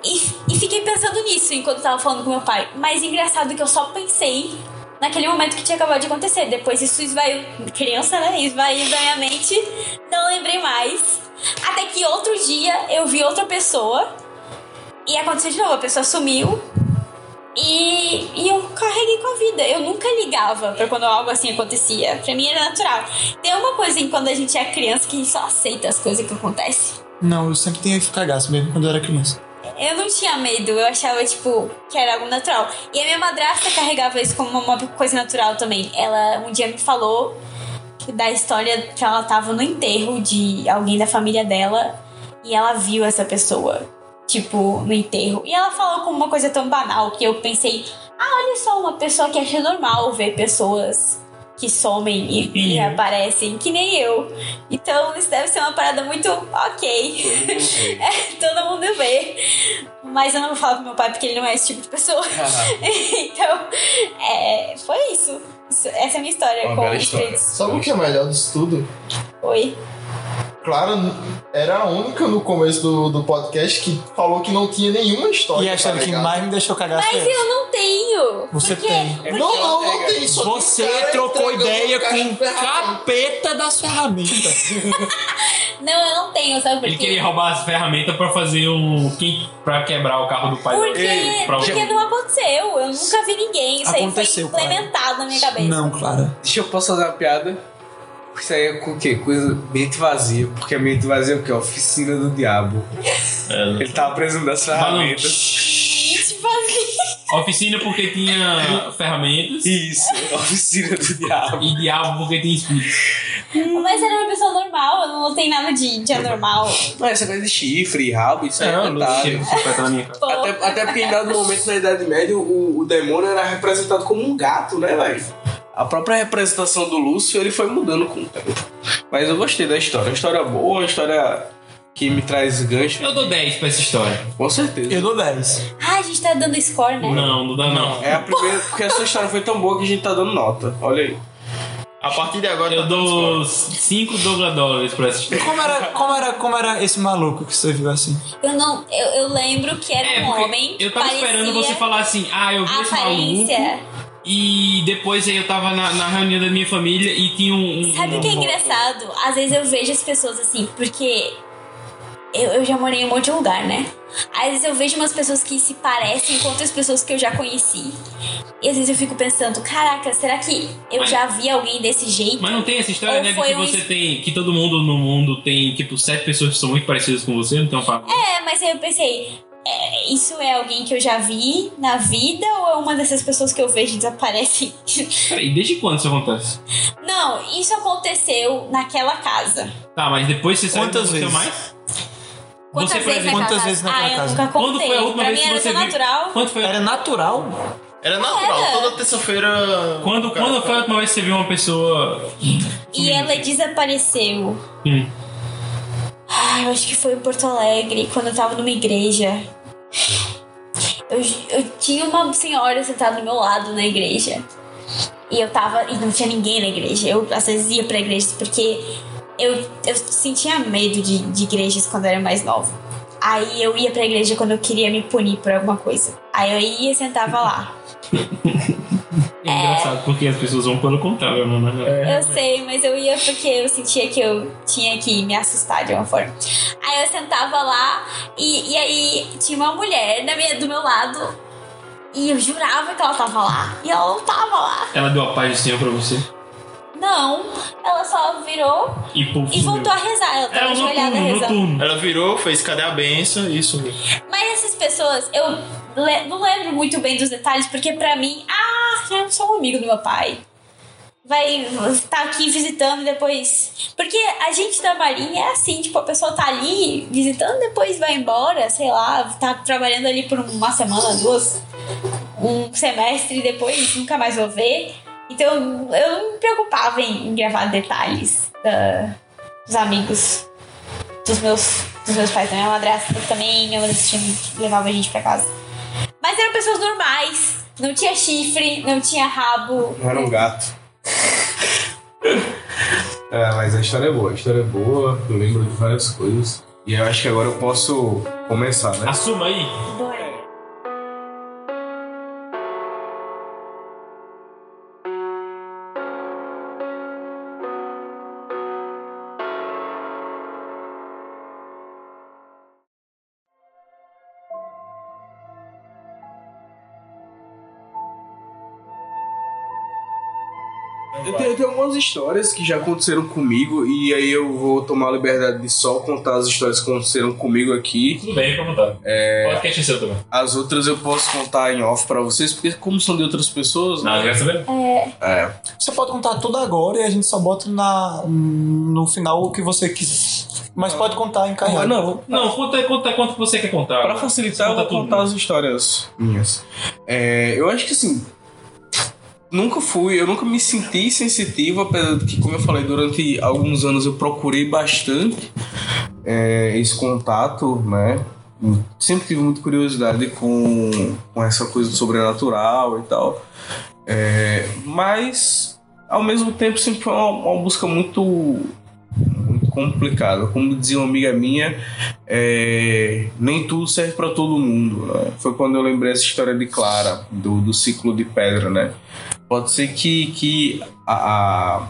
E, e fiquei pensando nisso enquanto eu tava falando com meu pai. Mas engraçado que eu só pensei naquele momento que tinha acabado de acontecer. Depois isso esvaiu. Criança, né? Esvaiu da minha mente. Não lembrei mais. Até que outro dia eu vi outra pessoa. E aconteceu de novo. A pessoa sumiu. E, e eu carreguei com a vida. Eu nunca ligava pra quando algo assim acontecia. Pra mim era natural. Tem uma coisa em quando a gente é criança que a gente só aceita as coisas que acontecem.
Não, eu sempre tenho cagaço mesmo quando eu era criança.
Eu não tinha medo, eu achava, tipo, que era algo natural. E a minha madrasta carregava isso como uma coisa natural também. Ela um dia me falou da história que ela tava no enterro de alguém da família dela e ela viu essa pessoa, tipo, no enterro. E ela falou como uma coisa tão banal que eu pensei, ah, olha só, uma pessoa que acha normal ver pessoas que somem e, e
Uhum.
aparecem, que nem eu. Então isso deve ser uma parada muito ok. É, todo mundo vê. Mas eu não vou falar pro meu pai porque ele não é esse tipo de pessoa. então, é, foi isso. Isso- Essa é a minha história com os espíritos.
Sabe o que é melhor disso tudo?
Oi.
Clara n- era a única no começo do, do podcast que falou que não tinha nenhuma história. tá
E a história que mais
me deixou cagar
é
Mas eu não tenho.
Você
Porque-
tem.
porque-
Não, não, não tem isso.
Você trocou
um
ideia com o capeta das ferramentas.
Não, eu não tenho, sabe por
Ele
quê?
queria roubar as ferramentas pra fazer o. quem- Pra quebrar o carro do pai
Porque,
dele. Pra-
porque não aconteceu. Eu nunca vi ninguém. Isso
Aconteceu,
aí foi
claro.
implementado na minha cabeça.
Clara.
Deixa eu posso fazer uma piada? Isso aí é com o quê? Coisa mente vazia. Porque a mente vazia é o quê? A Oficina do diabo. Ele tava preso das ferramentas.
Gente, vazia.
Oficina porque tinha ferramentas.
Isso, oficina do diabo.
E diabo porque tinha espírito.
Mas era uma pessoa normal, eu não tenho nada de, de anormal.
Não, essa coisa de chifre, rabo, isso é, é
tá
Até, até porque em dado momento na Idade Média o, o demônio era representado como um gato, né, velho? A própria representação do Lúcio ele foi mudando com o tempo. Mas eu gostei da história. Uma história boa, uma história que me traz gancho.
Eu dou 10 pra essa história.
Com certeza.
Eu dou 10.
Ah, a gente tá dando score, né?
não dá não.
É a primeira, porque a sua história foi tão boa que a gente tá dando nota. Olha aí.
A partir de agora
eu dou 5 Dougla dólares pra assistir.
Como era, como, era, como era esse maluco que você viu assim?
Eu não. Eu, eu lembro que era um
É, porque
homem.
Eu tava
parecia
esperando você falar assim, ah, eu vi esse
Aparência.
maluco. E depois aí eu tava na, na reunião da minha família e tinha um. um-
Sabe o que é
um-
engraçado? Às vezes eu vejo as pessoas assim, porque eu, eu já morei em um monte de lugar, né? Às vezes eu vejo umas pessoas que se parecem com outras pessoas que eu já conheci. E às vezes eu fico pensando, caraca, será que eu
Mas-
já vi alguém desse jeito?
Mas não tem essa história,
Ou
né? De
foi
que
um
você
es-
tem. Que todo mundo no mundo tem, tipo, sete pessoas que são muito parecidas com você, então fala.
É, mas aí eu pensei, é, isso é alguém que eu já vi na vida ou é uma dessas pessoas que eu vejo e desaparece?
Peraí, desde quando isso acontece?
não, isso aconteceu naquela casa.
Tá, mas depois você saiu
Quantas
não aconteceu
vezes?
mais?
Quantas
Você, por
vezes
exemplo,
naquela
quantas
casa?
vezes naquela
ah,
casa?
eu nunca
Quando
contei.
foi a última
pra
vez
mim
que
era
você
tão
viu?
natural.
Quanto foi?
Era natural?
Era natural,
Era.
toda terça-feira.
Quando, quando foi a última vez que você viu uma pessoa.
E ela desapareceu.
Hum.
Ai, eu acho que foi em Porto Alegre, quando eu tava numa igreja. Eu, eu tinha uma senhora sentada do meu lado na igreja. E eu tava. E não tinha ninguém na igreja. Eu às vezes ia pra igreja porque eu, eu sentia medo de, de igrejas quando eu era mais nova. Aí eu ia pra igreja quando eu queria me punir por alguma coisa. Aí eu ia e sentava lá.
É engraçado, porque as pessoas vão pelo contrário, né? mas-
Eu sei, mas eu ia porque eu sentia que eu tinha que me assustar de uma forma. Aí eu sentava lá e, e aí tinha uma mulher na minha, do meu lado e eu jurava que ela tava lá e ela não tava lá.
É.
Ela deu a paz do Senhor pra você.
Não, ela só virou
E, pô,
e voltou a rezar. Ela
É,
tava ajoelhada rezando.
Ela virou, fez cadê a benção e sumiu.
Mas essas pessoas, eu le- não lembro muito bem dos detalhes porque pra mim, ah, eu sou um amigo do meu pai. vai estar aqui visitando depois. Porque a gente da Marinha é assim, tipo, a pessoa tá ali visitando, depois vai embora, sei lá, tá trabalhando ali por uma semana, duas, um semestre depois, nunca mais vou ver. Então eu não me preocupava em, em gravar detalhes da- dos amigos dos meus, dos meus pais, da minha madrasta também, minha madrasta tinha- levava a gente pra casa. Mas eram pessoas normais, não tinha chifre, não tinha rabo,
Não era um gato. é, mas a história é boa, a história é boa, eu lembro de várias coisas. E eu acho que agora eu posso começar, né?
Assuma aí!
Eu tenho, eu tenho algumas histórias que já aconteceram comigo e aí eu vou tomar a liberdade de só contar as histórias que aconteceram comigo aqui.
Tudo bem, pra contar.
É,
Podcast é seu também.
As outras eu posso contar em off pra vocês, porque como são de outras pessoas... né?
Não, graças a Deus.
É.
É.
Você pode contar tudo agora e a gente só bota na, no final o que você quiser. Mas pode contar em carreira.
não,
Não, conta, conta quanto você quer contar.
né?
Pra facilitar, eu vou contar as histórias minhas. É, eu acho que assim. Nunca fui, eu nunca me senti sensitivo, apesar de que, como eu falei, durante alguns anos eu procurei bastante é, esse contato, né? Sempre tive muita curiosidade com, com essa coisa do sobrenatural e tal. É, mas, ao mesmo tempo, sempre foi uma, uma busca muito complicado. Como dizia uma amiga minha, é, nem tudo serve para todo mundo. né? Foi quando eu lembrei essa história de Clara, do, do ciclo de pedra, né? Pode ser que, que a- a-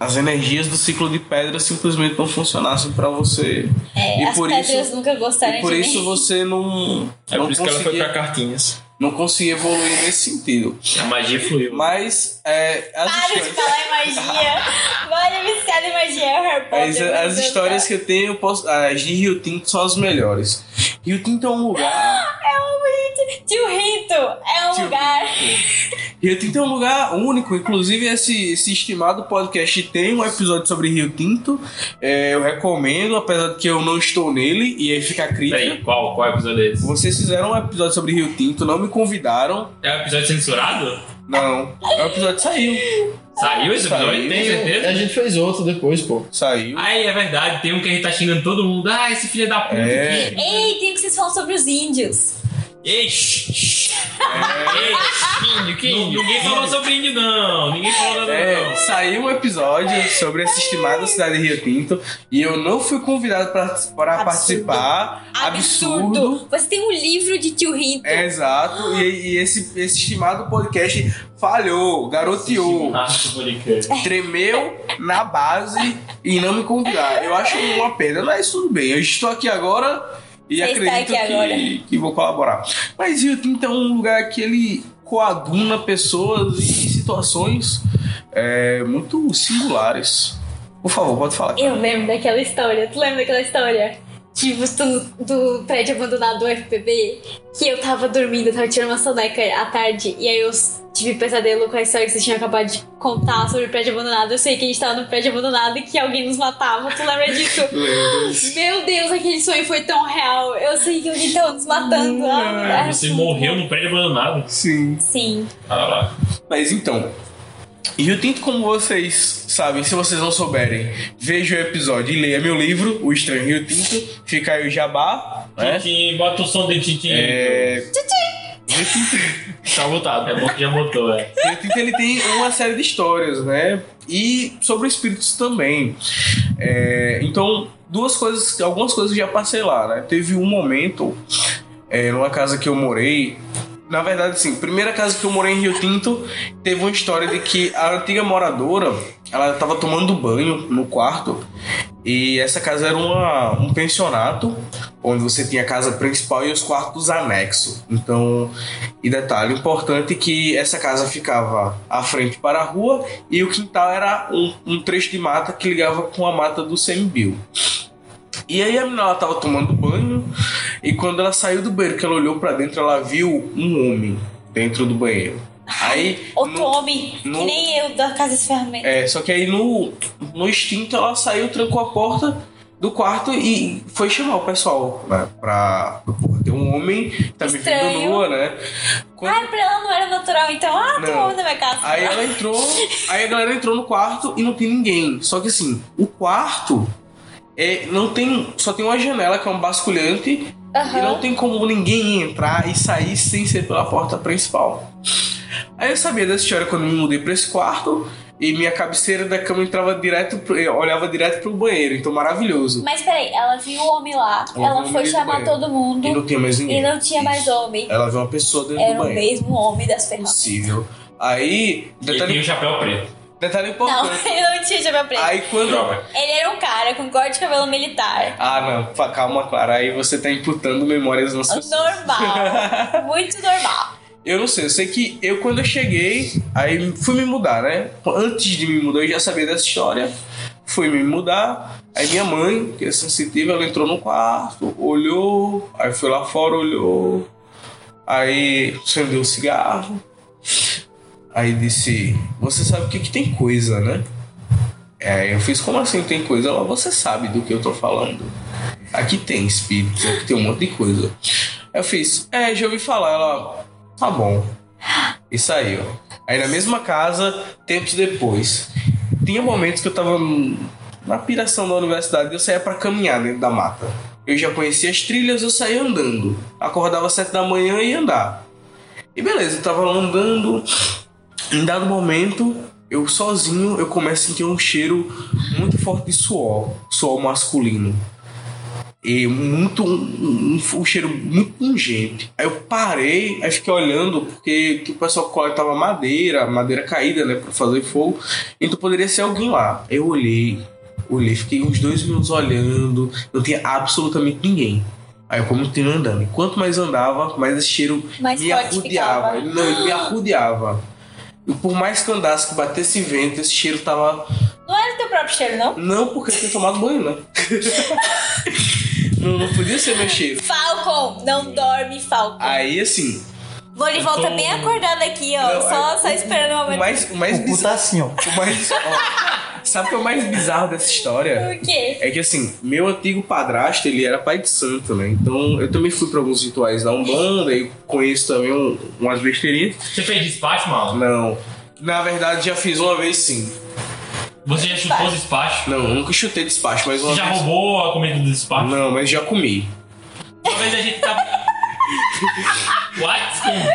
as energias do ciclo de pedra simplesmente não funcionassem para você.
É,
e
as
por
pedras
isso,
nunca gostaram
e por
de
isso
mim.
você não.
É
não
por isso que ela foi
conseguia-
pra cartinhas.
Não consegui evoluir nesse sentido.
A magia fluiu.
Mas é, as
Para de falar em magia. Olha, viciado em magia é o Harry Potter.
As,
meu
as
Deus
histórias
do
que eu tenho, eu posso, as de Rio Tinto são as melhores. Rio Tinto é um
céu.
lugar.
Ah, É um rito. Tio Rito é um lugar.
Rio Tinto é um lugar único. Inclusive, esse, esse estimado podcast tem um episódio sobre Rio Tinto. É, eu recomendo, apesar de que eu não estou nele, e aí fica a crítica.
Peraí, qual, qual episódio é esse?
Vocês fizeram um episódio sobre Rio Tinto, não me convidaram.
É um episódio censurado?
Não. É o episódio que saiu.
Saiu esse episódio?
Saiu.
Tem certeza?
É, A gente fez outro depois, pô.
Ah,
Saiu.
Ai, é verdade, tem um que a gente tá xingando todo mundo. Ah, esse filho da puta
É.
aqui.
Ei, tem o que vocês falam sobre os índios.
Ei, shh, shh.
Índio, que índio? É. Ninguém falou sobre índio, não. Ninguém falou nada,
É,
não.
saiu um episódio sobre essa estimada cidade de Rio Tinto e eu não fui convidado pra, pra participar. Absurdo.
Você tem um livro de tio Rinto.
É, exato. E, e esse, esse estimado podcast falhou, garoteou,
É.
tremeu na base e não me convidar. Eu acho uma pena, mas tudo bem. Eu estou aqui agora e
Você está
acredito
aqui agora.
que, que vou colaborar. Mas Rio Tinto é um lugar que ele coaduna pessoas e situações é, muito singulares. Por favor, pode falar.
Eu lembro daquela história. Tu lembra daquela história? Tipo, do, do prédio abandonado do FPB, que eu tava dormindo, eu tava tirando uma soneca à tarde, e aí eu tive pesadelo com a história que vocês tinham acabado de contar sobre o prédio abandonado. Eu sei que a gente tava no prédio abandonado e que alguém nos matava. Tu lembra disso?
Lembro.
Meu Deus, aquele sonho foi tão real. Eu sei que alguém tava nos matando. Ah, é
Você
assim,
absurdo.
né?
morreu no prédio abandonado.
Sim.
Sim.
Mas então. E eu tento como vocês sabem, se vocês não souberem, veja o episódio e leia meu livro, O Estranho Rio Tinto, fica aí o jabá.
É?
né?
Tintim, bota o som de Tintim.
É...
Tá voltado, é bom que já voltou, é.
Rio Tinto Então, ele tem uma série de histórias, né? E sobre espíritos também. É, então, duas coisas, algumas coisas que já passei lá, né? Teve um momento é, numa casa que eu morei. Na verdade, assim, primeira casa que eu morei em Rio Tinto, teve uma história de que a antiga moradora, ela tava tomando banho no quarto. E essa casa era uma, um pensionato, onde você tinha a casa principal e os quartos anexos. Então, e detalhe importante que essa casa ficava à frente para a rua e o quintal era um, um trecho de mata que ligava com a mata do semibio. E aí a menina ela tava tomando banho e quando ela saiu do banheiro, que ela olhou pra dentro, ela viu um homem dentro do banheiro. Aí,
Outro homem,
no-
que nem eu da Casa das Ferramentas.
é, só que aí no, no instinto ela saiu, trancou a porta do quarto e foi chamar o pessoal, né? Pra. Porra, tem um homem que tá me vendo
Estranho.
nua, né?
Ah, pra ela não era natural, então. Ah,
Não.
tem um homem na minha casa.
Aí ela entrou, aí a galera entrou no quarto e não tem ninguém. Só que assim, o quarto é, não tem. Só tem uma janela que é um basculhante
Aham.
e não tem como ninguém entrar e sair sem ser pela porta principal. Aí eu sabia dessa história quando me mudei pra esse quarto e minha cabeceira da cama entrava direto, pro- eu olhava direto pro banheiro, então maravilhoso.
Mas peraí, ela viu o homem lá,
Ela viu o
ela
homem
foi
no
chamar
banheiro.
todo mundo.
E não tinha mais ninguém.
E não tinha mais homem.
Ela viu uma pessoa dentro do
Era um o
banheiro.
mesmo homem das ferramentas.
Possível. Aí. Detalhe,
tinha o chapéu preto.
Detalhe
Não,
importante.
ele não tinha chapéu preto.
Aí quando.
Ele era um cara com corte de cabelo militar.
Ah, não. Fa- Calma, Clara. Aí você tá imputando memórias nas pessoas.
É Normal. muito normal.
Eu não sei. Eu sei que eu, quando eu cheguei, aí fui me mudar, né? Antes de me mudar, eu já sabia dessa história. Fui me mudar. Aí minha mãe, que é sensitiva, ela entrou no quarto, olhou. Aí foi lá fora, olhou. Aí acendeu o cigarro. Aí disse: Você sabe o que, que tem coisa, né? É, eu fiz como assim tem coisa? Ela, você sabe do que eu tô falando. Aqui tem espíritos, aqui tem um monte de coisa. Aí eu fiz, é, já ouvi falar. Ela, tá bom. E saiu. Aí na mesma casa, tempos depois. Tinha momentos que eu tava hum, na piração da universidade e eu saía pra caminhar dentro da mata. Eu já conhecia as trilhas, eu saía andando. Acordava às sete da manhã e ia andar. E beleza, eu tava lá andando. Em dado momento, eu sozinho, eu começo a sentir um cheiro muito forte de suor, suor masculino. E muito um, um- um cheiro muito pungente. Aí eu parei, aí fiquei olhando porque tipo, que o pessoal coletava madeira, madeira caída, né, Pra fazer fogo. Então poderia ser alguém lá. Eu olhei, olhei, fiquei uns dois minutos olhando, não tinha absolutamente ninguém. Aí eu continuei andando. E quanto mais andava, mais esse cheiro
Mais
me
forte
arrudeava.
ficava.
Ele- Não, ele me arrudeava. E por mais que andasse, que batesse vento, esse cheiro tava.
Não era teu próprio cheiro, não?
Não, porque eu tinha tomado banho, né? não, não podia ser meu cheiro.
Falcon, não dorme, Falcon.
Aí assim.
Vou lhe volta bem acordado aqui, ó.
Não,
só,
aí-
só esperando o momento.
mais, o mais
tá
bizarro. assim, ó. O mais, ó, sabe o que é o mais bizarro dessa história?
O quê?
É que assim, meu antigo padrasto, ele era pai de santo, né? Então eu também fui pra alguns rituais da Umbanda e conheço também um- umas besteirinhas.
Você fez despacho, mal?
Não. Na verdade, já fiz uma vez sim.
Você já chutou despacho?
Não, nunca chutei despacho, mas uma
Você já
vez.
roubou a comida do despacho?
Não, mas já comi.
Talvez a gente tá.
What?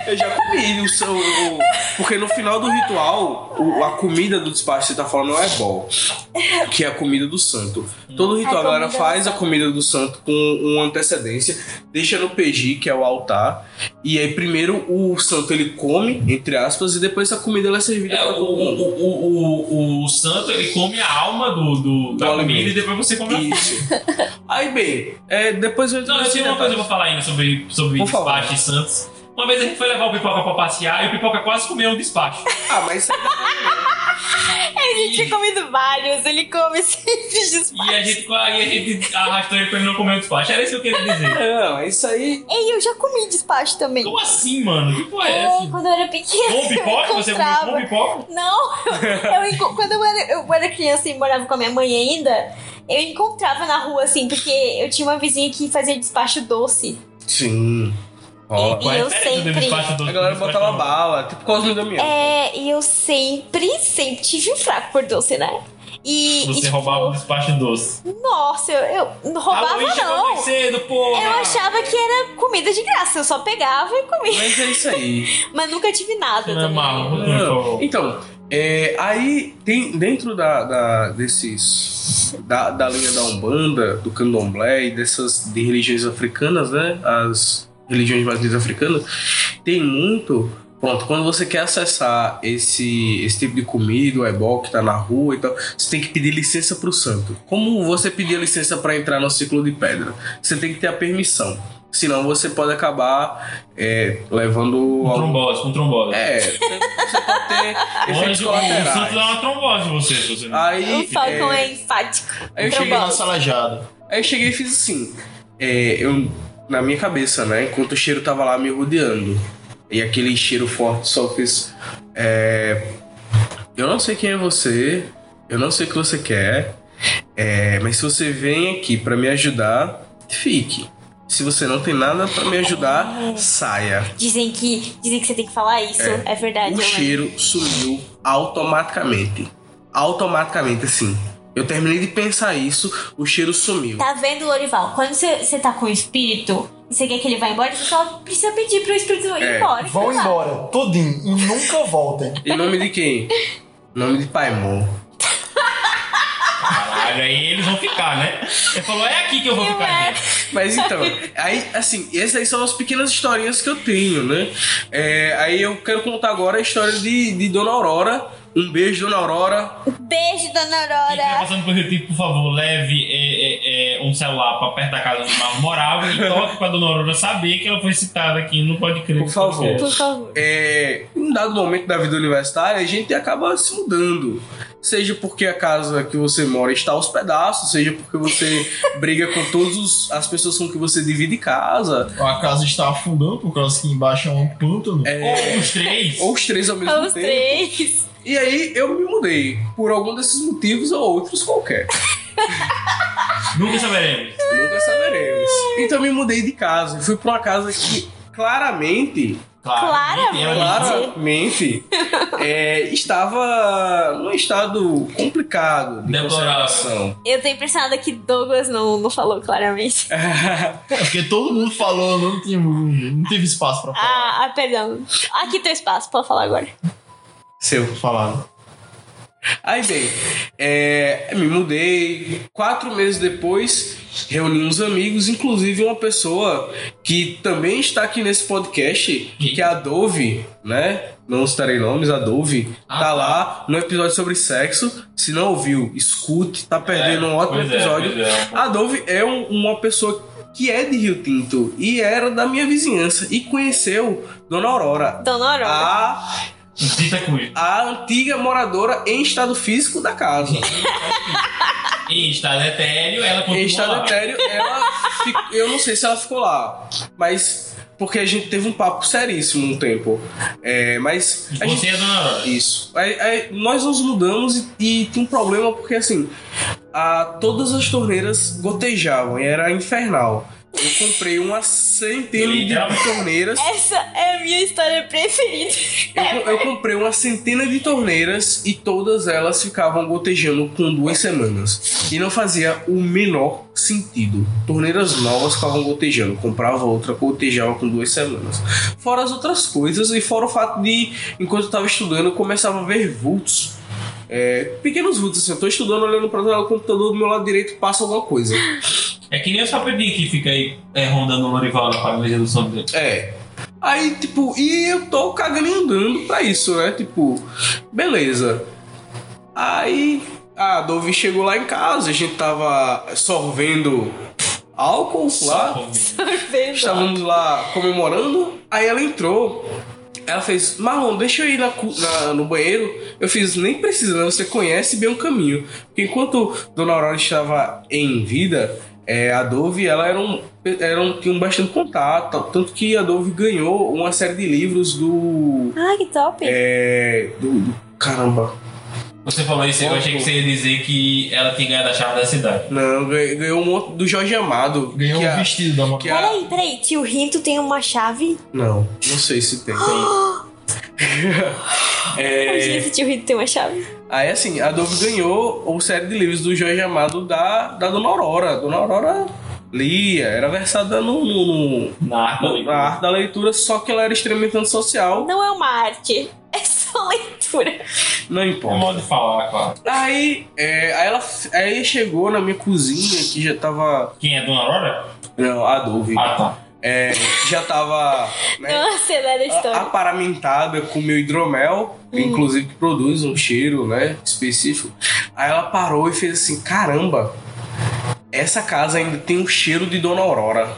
Eu já comi o seu. o- Porque no final do ritual, o- a comida do despacho que você tá falando é o ebol, que é a comida do santo. Todo ritual a galera faz a comida do santo com uma antecedência, deixa no PG, que é o altar, e aí primeiro o santo ele come, entre aspas, e depois a comida ela é servida pra todo mundo.
O, o, o, o santo ele come a alma do, do, da comida e depois você come
Isso. Aí, bem, é, depois eu.
Não, eu tinha uma coisa pra falar ainda sobre, sobre despacho e Santos. Uma vez a gente foi levar o pipoca pra passear e o pipoca quase comeu um despacho.
Ah, mas isso
Ele tinha comido vários, ele come sempre despacho.
E a gente, e a gente arrastou ele pra ele não comer o despacho. Era isso que eu queria dizer.
Não, é isso aí.
Ei, eu já comi despacho também.
é?
Como
assim, mano? Que porra é
Ei, quando eu era pequena.
Com pipoca?
eu
Você comeu com
encontrava.
pipoca?
Não, eu, enco- quando eu era, eu era criança e morava com a minha mãe ainda, eu encontrava na rua, assim, porque eu tinha uma vizinha que fazia despacho doce.
Sim. Rola.
E- e eu sempre-
A galera botava bala, tipo Cosme e Damião.
É, e eu sempre, sempre tive um fraco por doce, né? E, e,
Você
tipo,
roubava o despacho doce.
nossa, eu, eu não roubava
Luísa chegou
não.
mais cedo, porra.
Eu achava que era comida de graça, eu só pegava e comia.
Mas é isso aí.
Mas nunca tive nada
é
também.
Não. Então, é, aí tem dentro da, da- desses da, da linha da umbanda, do candomblé e dessas de religiões africanas, né? As religiões mais africanas tem muito. Pronto, quando você quer acessar esse, esse tipo de comida, o ebol que tá na rua e tal, você tem que pedir licença pro santo. Como você pedir licença para entrar no ciclo de pedra? Você tem que ter a permissão. Senão você pode acabar é, levando.
Com Um trombose, com trombose. Um
É, efeitos
Hoje o
colaterais.
santo dá é uma trombose em você, se você não.
Aí,
O Falcon é,
é,
enfático.
aí eu
Então
cheguei
gosto.
Aí eu cheguei e fiz assim. é, eu, na minha cabeça, né? Enquanto o cheiro tava lá me rodeando. E aquele cheiro forte só fez. é, eu não sei quem é você. Eu não sei o que você quer. é, mas se você vem aqui pra me ajudar, fique. Se você não tem nada pra me ajudar, saia.
Dizem que, dizem que você tem que falar isso, é, verdade.
O
eu lembro.
cheiro sumiu automaticamente. Automaticamente, assim. Eu terminei de pensar isso, o cheiro sumiu.
Tá vendo, Lorival? Quando você, você tá com o espírito e você quer que ele vá embora, você só precisa pedir pro espírito ir
É,
embora.
Vão
Fica lá.
embora, tudinho, e nunca voltem.
Em nome de quem? Em nome de Paimon.
Caralho, aí eles vão ficar, né? Ele falou, é aqui que eu vou ficar. gente.
Mas então, aí, assim, essas aí são as pequenas historinhas que eu tenho, né? É, aí eu quero contar agora a história de, de Dona Aurora. Um beijo, Dona Aurora.
Beijo, dona
Tá
Aurora.
passando por Recife, por favor, leve é, é, é, um celular pra perto da casa onde Marlon morava e toque pra Dona Aurora saber que ela foi citada aqui no podcast.
Por favor.
Por favor.
É, em um dado momento da vida universitária, a gente acaba se mudando. Seja porque a casa que você mora está aos pedaços, seja porque você briga com todas as pessoas com que você divide casa.
A casa está afundando por causa que embaixo é um pântano.
É,
os três.
Ou os três ao mesmo
Os
tempo.
três.
E aí eu me mudei. Por algum desses motivos ou outros qualquer.
Nunca saberemos.
Nunca saberemos. Então eu me mudei de casa. Fui pra uma casa que claramente.
Claramente.
é,
Claramente, é, estava num estado complicado de conservação.
Eu tô impressionada que Douglas não, não falou claramente.
É porque todo mundo falou, não, tinha, não teve espaço pra falar.
Ah, ah, perdão. Aqui teu espaço, pode falar agora.
Seu.
Falado.
Aí bem, é, me mudei. Quatro meses depois, reuni uns amigos, inclusive uma pessoa que também está aqui nesse podcast, que é a Dove, né? Não citarei nomes, a Dove.
Ah,
tá, lá no episódio sobre sexo. Se não ouviu, escute, tá perdendo um ótimo
pois é,
episódio.
pois é.
A Dove é um- uma pessoa que é de Rio Tinto e era da minha vizinhança e conheceu Dona Aurora.
Dona Aurora.
Ah. A a antiga moradora em estado físico da casa.
Em estado etéreo, ela continua
em estado
lá.
etéreo, ela. fi- eu não sei se ela ficou lá, mas. Porque a gente teve um papo seríssimo um tempo. É, mas. A
Você
gente,
é a dona Aurora.
Isso. Aí- aí nós nos mudamos e, e tinha um problema porque, assim. A, todas as torneiras gotejavam e era infernal. Eu comprei uma centena de torneiras.
Essa é a minha história preferida.
Eu, co- eu comprei uma centena de torneiras e todas elas ficavam gotejando com duas semanas. E não fazia o menor sentido. Torneiras novas ficavam gotejando. Comprava outra, gotejava com duas semanas. Fora as outras coisas e fora o fato de, enquanto eu estava estudando, eu começava a ver vultos. É, pequenos vultos, assim, eu tô estudando, olhando pra tela do computador, do meu lado direito passa alguma coisa.
É que nem o sapedinho que fica aí é, rondando o Lorival na paralisia do sono dele.
É. Aí, tipo, e eu tô cagando e andando pra isso, né? Tipo, beleza. Aí, a Dovi chegou lá em casa, a gente tava sorvendo álcool lá.
Tá
Estávamos lá comemorando, aí ela entrou. Ela fez, Marlon, deixa eu ir na, cu- na- no banheiro. Eu fiz, nem precisa, né? você conhece bem o caminho. Porque enquanto Dona Aurora estava em vida, é, a Dove ela era um, era um, tinha um bastante contato. Tanto que a Dove ganhou uma série de livros do.
Ah, que top.
É. Do, do- caramba.
Você falou isso, eu achei que você ia dizer que ela tinha ganhado a chave da cidade.
Não, ganhou, ganhou um outro do Jorge Amado. Ganhou um vestido da que a,
Peraí, peraí, tio Rinto tem uma chave?
Não, não sei se tem.
Imagina
é,
se tio Rinto tem uma chave.
aí assim, a Dove ganhou a série de livros do Jorge Amado da, da Dona Aurora. Dona Aurora lia, era versada no, no- no- na, arte da leitura, só que ela era extremamente antissocial.
Não é uma arte, é só leitura.
Não importa.
modo de falar, claro.
Aí, é, aí ela aí chegou na minha cozinha que já tava.
Quem é Dona Aurora?
Não, a Dove.
Ah, tá.
É, já tava. né,
Não é acelera a história.
ah,
Hum.
aparamentada com meu hidromel, inclusive que produz um cheiro, né, específico. Aí ela parou e fez assim, caramba, essa casa ainda tem um cheiro de Dona Aurora.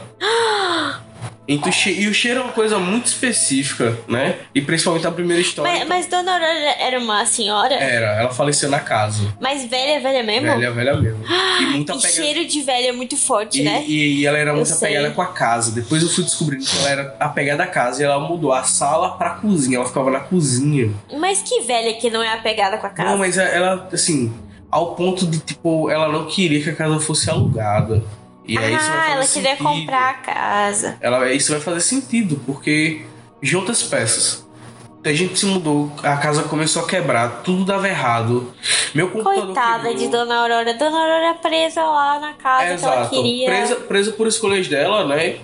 Então, che- e o cheiro é uma coisa muito específica, né? E principalmente a primeira história.
Mas, mas Dona Aurora era uma senhora?
Era, ela faleceu na casa.
Mas velha, velha É mesmo?
É. Velha, velha mesmo. E
e
muito apegada.
cheiro de velha é muito forte,
E,
né?
e- e ela era
Eu
muito
sei.
apegada com a casa. Depois eu fui descobrindo que ela era apegada à casa e ela mudou a sala pra cozinha. Ela ficava na cozinha.
Mas que velha que não é apegada com a casa?
Não, mas a- ela, assim, ao ponto de, tipo, ela não queria que a casa fosse alugada. E aí isso vai assim,
ah,
fazer
ela queria
sentido.
comprar a casa.
Ela, isso vai fazer sentido, porque junta as peças. A gente se mudou, a casa começou a quebrar, tudo dava errado. Meu computador
Coitada de Dona Aurora. Dona Aurora presa lá na casa que ela queria.
Presa, presa por escolhas dela, né?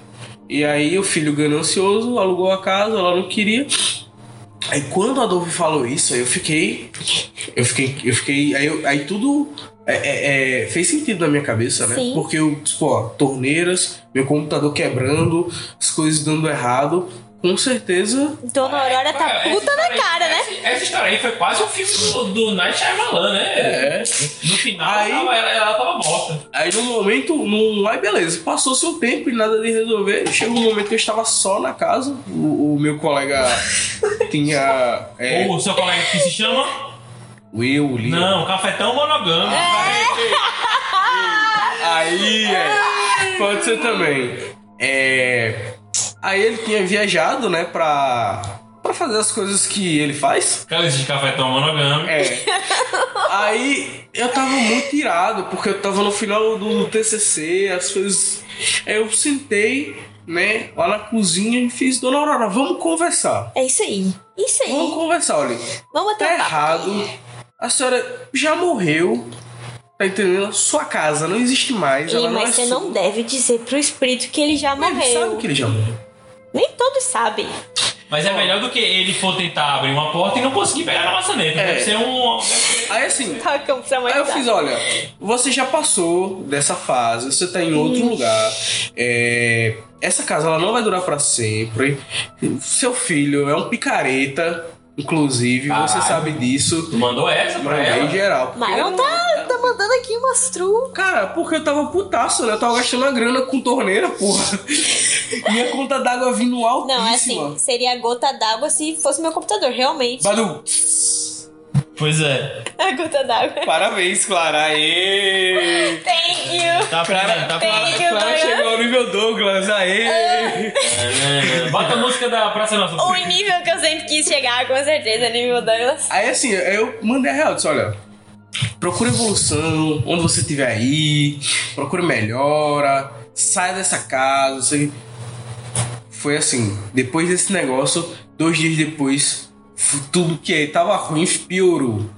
E aí o filho ganancioso alugou a casa, ela não queria. Aí quando a Dove falou isso, aí eu fiquei. Eu fiquei. Eu fiquei. Aí, eu- aí tudo é- é- é, fez sentido na minha cabeça, né?
Sim.
Porque eu, tipo, ó, torneiras, meu computador quebrando, as coisas dando errado. Com certeza.
Dona Aurora tá
É,
Cara,
puta na cara, né?
É, Essa história aí foi quase o filme do, do Night Shyamalan, né?
É.
No final, tava- ela, ela tava morta.
Aí no momento, não, aí beleza, passou seu tempo e nada de resolver. Chegou um momento que eu estava só na casa. O, o meu colega tinha. é,
Ou o seu colega que se chama...
Will, Lee.
Não, cafetão monogâmico.
É.
Aí, é, pode ser também. É, aí ele tinha viajado, né, pra, pra fazer as coisas que ele faz.
Cálice de cafetão monogâmico.
É. Aí eu tava muito irado, porque eu tava no final do, do TCC, as coisas. Aí eu sentei, né, lá na cozinha e fiz: Dona Aurora, vamos conversar.
É isso aí. Isso aí.
Vamos conversar, olha.
Vamos
tá errado. A senhora já morreu. Tá entendendo? Sua casa não existe mais.
Ih,
ela
mas
não é
você
sua.
não deve dizer pro espírito que ele já morreu.
sabe que ele já morreu.
Nem todos sabem.
Mas é melhor do que ele for tentar abrir uma porta e não conseguir pegar na maçaneta.
É.
Deve ser um...
Aí assim.
Aí
eu fiz, olha, você já passou dessa fase, você tá em outro lugar. é, essa casa ela não vai durar pra sempre. Seu filho é um picareta, inclusive, você
Caralho.
sabe disso.
mandou essa pra
é
Mandei
ela?
em geral. porque
Mas
eu
não
né?
tá, tá mandando aqui umas truques.
Cara, porque eu tava putaço, né? Eu tava gastando a grana com torneira, porra. Minha conta d'água vindo altíssima.
Não, é assim, seria a gota d'água se fosse meu computador, realmente.
Badu.
Pois é.
A gota d'água.
Parabéns, Clara. Aê!
Thank you.
Tá
Clara,
aprendendo, tá
Clara,
aprendendo.
Clara chegou ao nível Douglas. Aê!
É. Bota a música da Praça Nossa.
O nível que eu sempre quis chegar, com certeza, nível Douglas.
Aí assim, eu mandei a real, disse, olha, Procura evolução, onde você estiver aí, procura melhora, sai dessa casa. Sei. Foi assim, depois desse negócio, dois dias depois, fu- tudo que é, tava ruim piorou.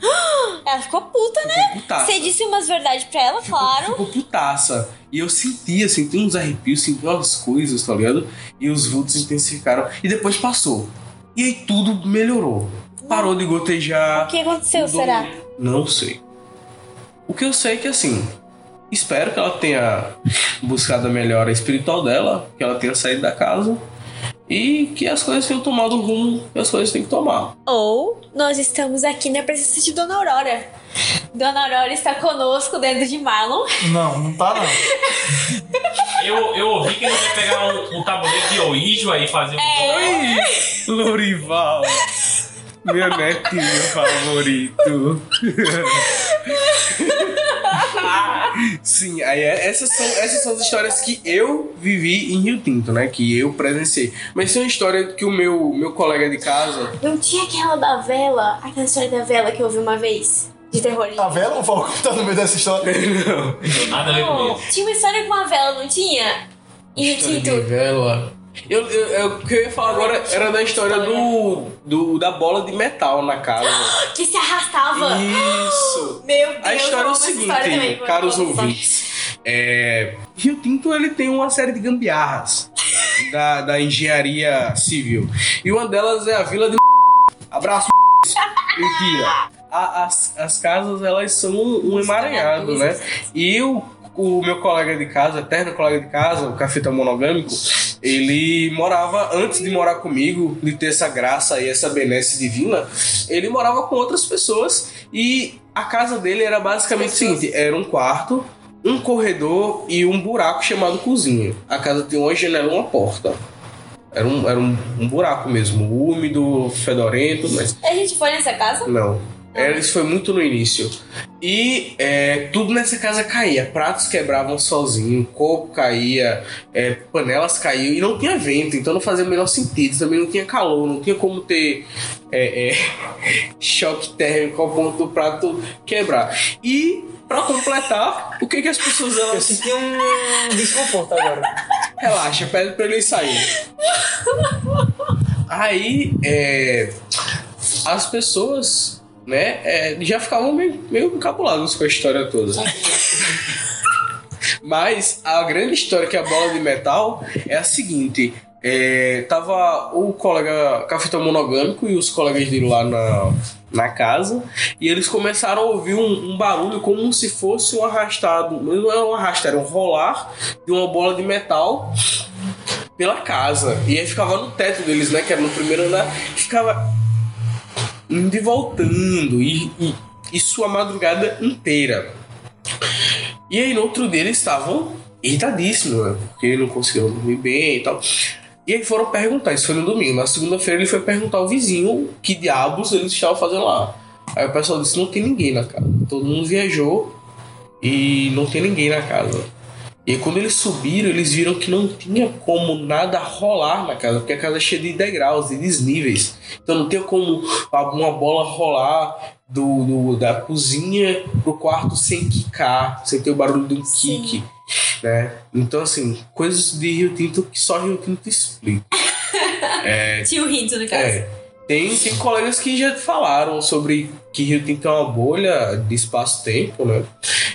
Ela ficou puta, né?
putaça.
Você disse umas verdades pra ela, claro.
Ficou putaça. E eu sentia, senti assim, uns arrepios, senti umas coisas, tá ligado? E os vultos intensificaram. E depois passou. E aí tudo melhorou. Parou de gotejar.
O que aconteceu, será?
Não sei. O que eu sei é que assim. Espero que ela tenha buscado a melhora espiritual dela, que ela tenha saído da casa e que as coisas tenham tomado o rumo que as coisas têm que tomar.
Ou nós estamos aqui na presença de Dona Aurora. Dona Aurora está conosco dentro de Marlon.
Não, não tá não.
Eu, eu ouvi que ele vai pegar um, um tabuleiro de Ouijo aí e fazer um.
É,
Lorival. Meu netinho favorito. Sim, aí é- essas são, essas são as histórias que eu vivi em Rio Tinto, né? Que eu presenciei. Mas tem uma história que o meu, meu colega de casa.
Não tinha aquela da vela, aquela história da vela que eu ouvi uma vez, de terrorismo.
A vela ou o Falcão tá no meio dessa história?
Não.
Nada a ver com
Não, Tinha uma história com uma vela, não tinha? E
História
Tito.
de vela. Eu, eu, eu- o que eu ia falar agora era da história do, do da bola de metal na casa.
Que se arrastava.
Isso.
Meu Deus,
A história é o seguinte, caros ouvintes. É, Rio Tinto ele tem uma série de gambiarras da, da engenharia civil. E uma delas é a Vila de Abraço. Mentira. A- as, as casas elas são um
tá
emaranhado, né? E o, o meu colega de casa, eterno colega de casa, o Cafeta Monogâmico, ele morava, antes de morar comigo, de ter essa graça e essa benesse divina, ele morava com outras pessoas e a casa dele era basicamente o seguinte: era um quarto, um corredor e um buraco chamado cozinha. A casa tinha uma janela e uma porta. Era um, era um, um buraco mesmo, úmido, fedorento, mas.
A gente foi nessa casa?
Não. Era, isso foi muito no início. E é, tudo nessa casa caía. Pratos quebravam sozinho, copo caía, é, panelas caíam. E não tinha vento, então não fazia o menor sentido. Também não tinha calor, não tinha como ter é, é, choque térmico ao ponto do prato quebrar. E, pra completar, o que, que as pessoas... Elas... Eu senti um desconforto agora. Relaxa, pede pra ele sair. Aí, é, as pessoas, né, é, já ficavam meio, meio encabuladas com a história toda. Mas a grande história que é a bola de metal é a seguinte. é, tava o colega cafetão monogâmico e os colegas dele lá na, na casa e eles começaram a ouvir um, um barulho como se fosse um arrastado não era um arrastado, era um rolar de uma bola de metal pela casa e aí ficava no teto deles, né, que era no primeiro andar ficava indo e voltando, e, e isso a madrugada inteira. E aí no outro dia eles estavam irritadíssimos, né? Porque não conseguiram dormir bem e tal. E aí foram perguntar, isso foi no domingo. Na segunda-feira ele foi perguntar ao vizinho que diabos eles estavam fazendo lá. Aí o pessoal disse, não tem ninguém na casa. Todo mundo viajou e não tem ninguém na casa. E aí, quando eles subiram, eles viram que não tinha como nada rolar na casa, porque a casa é cheia de degraus, de desníveis. Então não tinha como uma bola rolar do, do- da cozinha pro quarto sem quicar, sem ter o barulho de um kick. Né? Então, assim, coisas de Rio Tinto que só Rio Tinto explica. É,
Tio Rinto, um no caso.
é. Tem, tem colegas que já falaram sobre que Rio Tinto é uma bolha de espaço-tempo, né?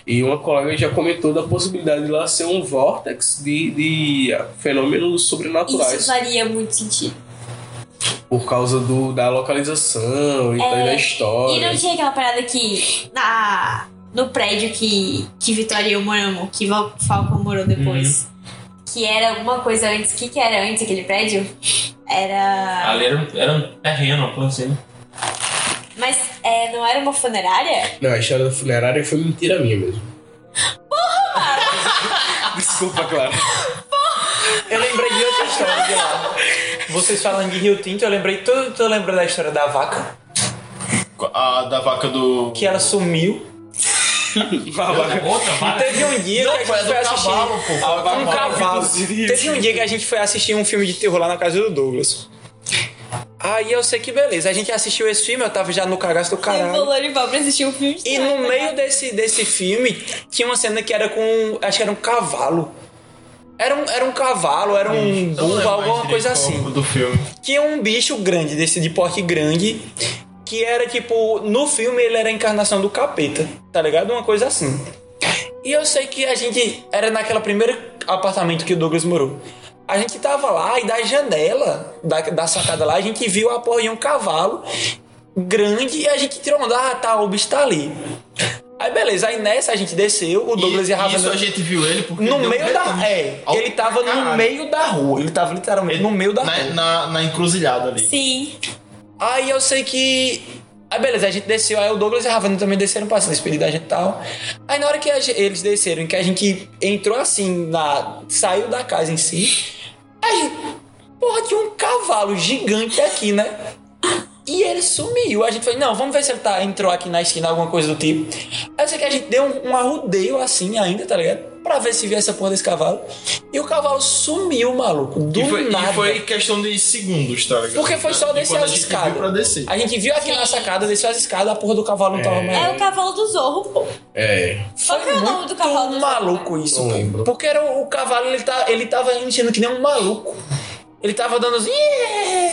E uma colega já comentou da possibilidade de lá ser um vórtex de, de ah, fenômenos sobrenaturais.
Isso faria muito sentido.
Por causa do, da localização e da-
É,
da
E não
história.
tinha aquela parada que na, no prédio que, que Vitória e eu moramos, que Val- Falcon morou depois.
Uhum.
Que era alguma coisa antes. O que, que era antes aquele prédio?
Ah.
Era.
Ali era, um- era um terreno, por assim.
Mas é, não era uma funerária?
Não, a história da funerária foi mentira minha mesmo.
Porra, mano!
Desculpa, Clara.
Eu lembrei de outra história de lá. Vocês falando de Rio Tinto, eu lembrei. Tu, tu lembra da história da vaca?
A da vaca do.
Que é ela sumiu.
Outra vaca?
Teve um dia
Não,
que a gente
foi
foi,
a do
assistir.
cavalo, pô. Foi a do
um
cavalo.
cavalo. Teve um dia que a gente foi assistir um filme de terror lá na casa do Douglas. Aí eu sei que beleza. A gente assistiu esse filme, eu tava já no cagaço do
Você
caralho.
falou Lorival pra
um
assistir o filme.
E no
é né?
meio desse, desse filme tinha uma cena que era com. Acho que era um cavalo. Era um, era um cavalo, era
Hum,
um burro, alguma coisa assim.
Do filme.
Tinha um bicho grande, desse de porte grande, que era tipo. No filme ele era a encarnação do capeta, tá ligado? Uma coisa assim. E eu sei que a gente era naquela primeira apartamento que o Douglas morou. A gente tava lá e da janela, da, da sacada lá, a gente viu a porra de um cavalo grande e a gente tirou onda, ah, tá, o bicho tá ali. Aí beleza, aí nessa a gente desceu, o Douglas e, a Rafa.
Isso a gente viu ele porque
No
ele deu
meio
retão.
da. É, ele tava no meio da rua. Ele tava literalmente no meio da
na,
rua.
Na, na encruzilhada ali.
Sim.
Aí eu sei que. Aí beleza, a gente desceu, aí o Douglas e a Ravana também desceram pra se despedir da gente e tal. Aí na hora que a ge- eles desceram, que a gente entrou assim, na, saiu da casa em si, a gente. Porra, tinha um cavalo gigante aqui, né? E ele sumiu. A gente foi, não, vamos ver se ele tá, entrou aqui na esquina, alguma coisa do tipo. Aí eu sei que a gente deu um, um arrudeio assim ainda, tá ligado? Pra ver se via essa porra desse cavalo. E o cavalo sumiu, maluco. Do
E foi,
nada.
e foi questão de segundos, tá ligado?
Porque foi só
E
descer
quando
as
a gente
escadas.
Viu pra descer.
A gente viu aqui na sacada, desceu as escadas, a porra do cavalo não tava mais.
É o cavalo do Zorro, pô.
É.
Qual que é o nome do cavalo do Zorro?
Maluco isso. Não lembro. Porque era o, o cavalo, ele, tá, ele tava mentindo que nem um maluco. Ele tava dando assim.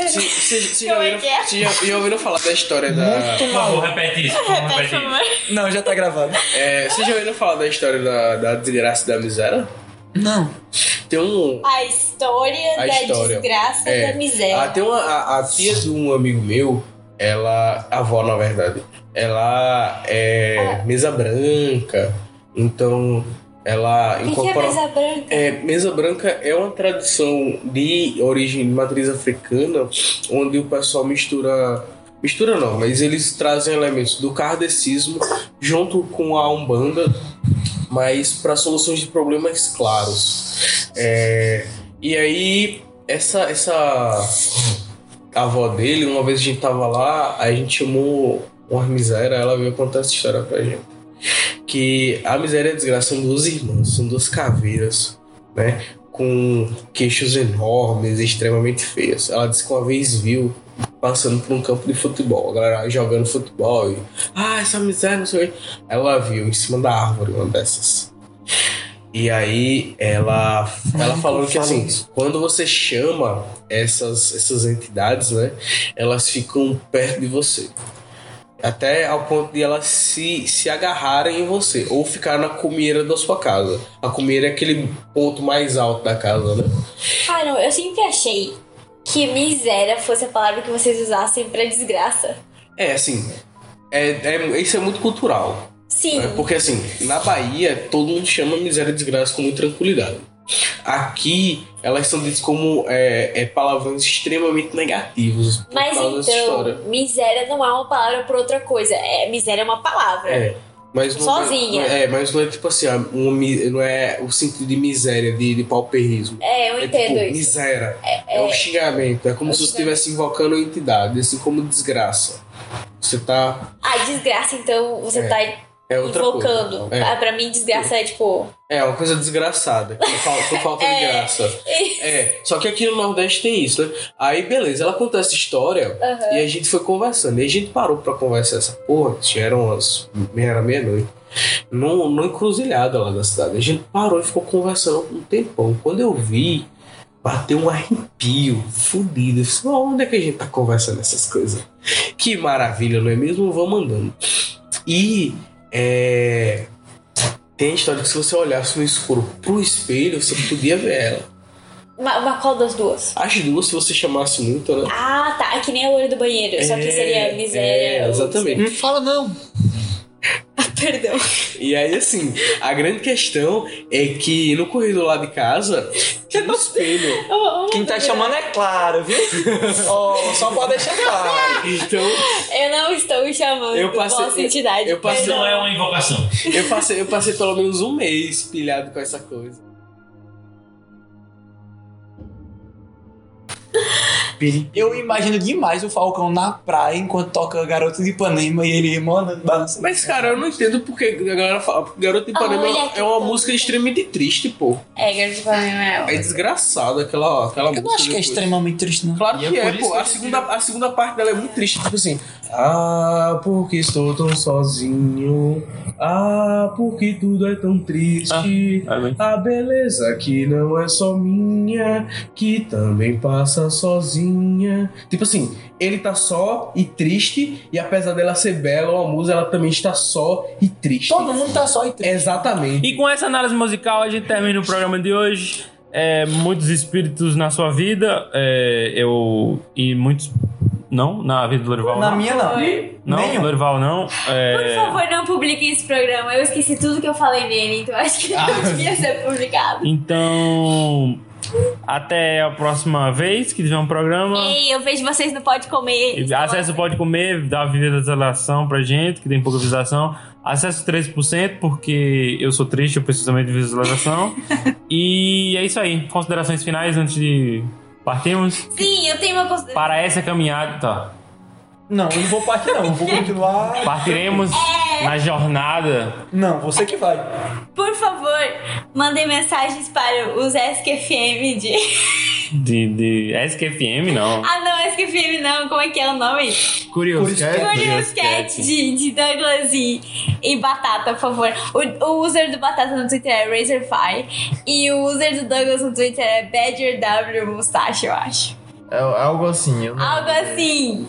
Se, se, se
Como
já
é
ouviram,
que é?
se já, já ouviram falar da história da.
Muito maluco. Repete isso. Repete isso. Não, já tá gravado.
É, vocês já ouviram falar da história da, da desgraça e da miséria?
Não.
Tem um.
A história
A
da
história.
desgraça e
É.
da miséria.
Ah, tem uma, a, a tia de um amigo meu, ela. A avó, na verdade. Ela é
Ah.
mesa branca. Então,
O
ela
que, que é
incorpora-
mesa branca?
é, mesa branca é uma tradição de origem de matriz africana, onde o pessoal mistura. Mistura não, mas eles trazem elementos do kardecismo junto com a Umbanda, mas para soluções de problemas claros. É, e aí, essa, essa avó dele, uma vez a gente tava lá, a gente chamou uma miséria, ela veio contar essa história pra gente que a miséria e a desgraça são duas irmãs, são duas caveiras, né? Com queixos enormes, extremamente feios. Ela disse que uma vez viu passando por um campo de futebol, a galera jogando futebol e. Ah, essa miséria, não sei o quê. Aí Ela viu em cima da árvore uma dessas. E aí ela, ela falou que assim, quando você chama essas, essas entidades, né? Elas ficam perto de você. Até ao ponto de elas se, se agarrarem em você. Ou ficar na cumeira da sua casa. A cumeira é aquele ponto mais alto da casa, né?
Ah, não, eu sempre achei que miséria fosse a palavra que vocês usassem pra desgraça.
É, assim. É, é- isso é muito cultural.
Sim.
né? Porque, assim, na Bahia, todo mundo chama miséria e desgraça com muita tranquilidade. Aqui, elas são ditas como é, é, palavrões extremamente negativos. Por
Mas
causa dessa história.
então, miséria não é uma palavra pra outra coisa. É, miséria é uma palavra.
É. Mas não
Sozinha.
É, é, mas não é tipo assim, ah, um mi- não é o sentido de miséria, de, de pauperismo.
É, eu entendo
tipo,
isso.
Miséria.
É,
É, um
é.
xingamento. É como se você estivesse invocando uma entidade, assim como desgraça. Você tá.
Ah, desgraça, então você
É.
tá
É outra
invocando.
coisa. É.
Ah, pra mim, desgraça é tipo.
É, uma coisa desgraçada, com fal- com falta de graça. É, só que aqui no Nordeste tem isso, né? Aí, beleza, ela contou essa história
Aham.
e a gente foi conversando. E a gente parou pra conversar essa porra, que já eram umas meia meia-noite, num- numa encruzilhada lá da cidade. A gente parou e ficou conversando um tempão. Quando eu vi, bateu um arrepio fudido. Eu disse, onde é que a gente tá conversando essas coisas? Que maravilha, não é mesmo? Vamos andando. E é, tem a história que se você olhasse no escuro pro espelho, você podia ver ela.
Uma, uma qual das duas?
As duas, se você chamasse muito, né?
Ah, tá. É que nem o olho do banheiro, só que seria miséria.
É, exatamente. Não
fala não.
Perdão.
E aí, assim, a grande questão é que no corredor lá de casa tinha um espelho.
Quem tá chamando é Clara, viu? Ó, só pode deixar claro.
Então,
Eu não estou chamando
eu passei.
vossa entidade.
eu passei,
perdão.
é
invocação. Eu passei, eu passei pelo menos um mês pilhado com essa coisa.
Speed. Eu imagino demais o Falcão na praia enquanto toca Garoto de Ipanema e ele mandando balançar.
Mas, cara, eu não entendo porque a galera fala. porque Garoto de Ipanema
Olha
é
tá-
uma música extremamente triste, pô.
É, Garoto de Ipanema é
É desgraçado aquela, aquela música.
Eu não acho que é
depois.
extremamente triste, não.
Claro que é, pô. A segunda, a segunda parte dela é muito triste, tipo assim. Ah, porque estou tão sozinho. Ah, porque tudo é tão triste. a beleza que não é só minha, que também passa sozinha. Tipo assim, ele tá só e triste, e apesar dela ser bela ou a musa, ela também está só e triste. Todo
mundo tá só e triste.
Exatamente.
E com essa análise musical a gente termina o programa de hoje. É, muitos espíritos na sua vida, é, eu. E muitos. Não, na vida do Lorival.
É, Na minha, não.
Não, Lorival não.
Por
É,
favor, não publiquem esse programa. Eu esqueci tudo que eu falei nele, então acho que
Ah.
não devia ser publicado.
Então. Até a próxima vez que tiver um programa.
Ei, eu vejo vocês no Pode Comer.
Acesse o Pode Comer, dá a visualização pra gente, que tem pouca visualização. Acesse o 13%, porque eu sou triste, eu preciso também de visualização. e é isso aí. Considerações finais antes de partirmos?
Sim, eu tenho uma consideração.
Para essa caminhada, tá?
Não, eu não vou partir, não. Eu Vou continuar.
Partiremos na jornada.
Não, você que vai.
Por favor, mandem mensagens para os SQFM de.
De, de SQFM, não.
Ah, não, SQFM não, como é que é o nome?
Curious Cat.
Curious Cat de, de Douglas e, e Batata, por favor. O, o user do Batata no Twitter é Razorfy e o user do Douglas no Twitter é Badger W Mustache, eu acho.
É algo assim. Eu não...
Algo assim.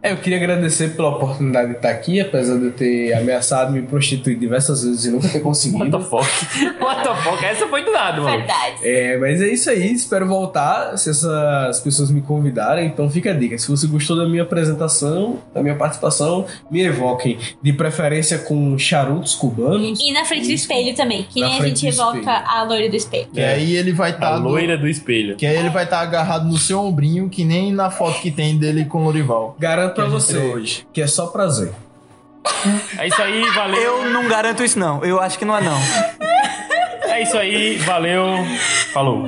É, eu queria agradecer pela oportunidade de estar aqui, apesar de eu ter ameaçado me prostituir diversas vezes e nunca ter conseguido.
What the fuck? Essa foi do nada, mano.
Verdade.
É, mas é isso aí, espero voltar se essas pessoas me convidarem. Então fica a dica: se você gostou da minha apresentação, da minha participação, me evoquem. De preferência com charutos cubanos.
E na frente do espelho também, que
Na
nem a
frente
gente
do espelho.
evoca a loira do espelho.
Que aí ele vai tá estar.
A loira do espelho.
Que aí
É.
ele vai estar agarrado no seu ombrinho, que nem na foto que tem dele com o Lorival.
Garanto pra
Que a gente
você
tirou
que é só prazer.
É isso aí, valeu.
Eu não garanto isso, não. Eu acho que não é, não.
É isso aí, valeu. Falou.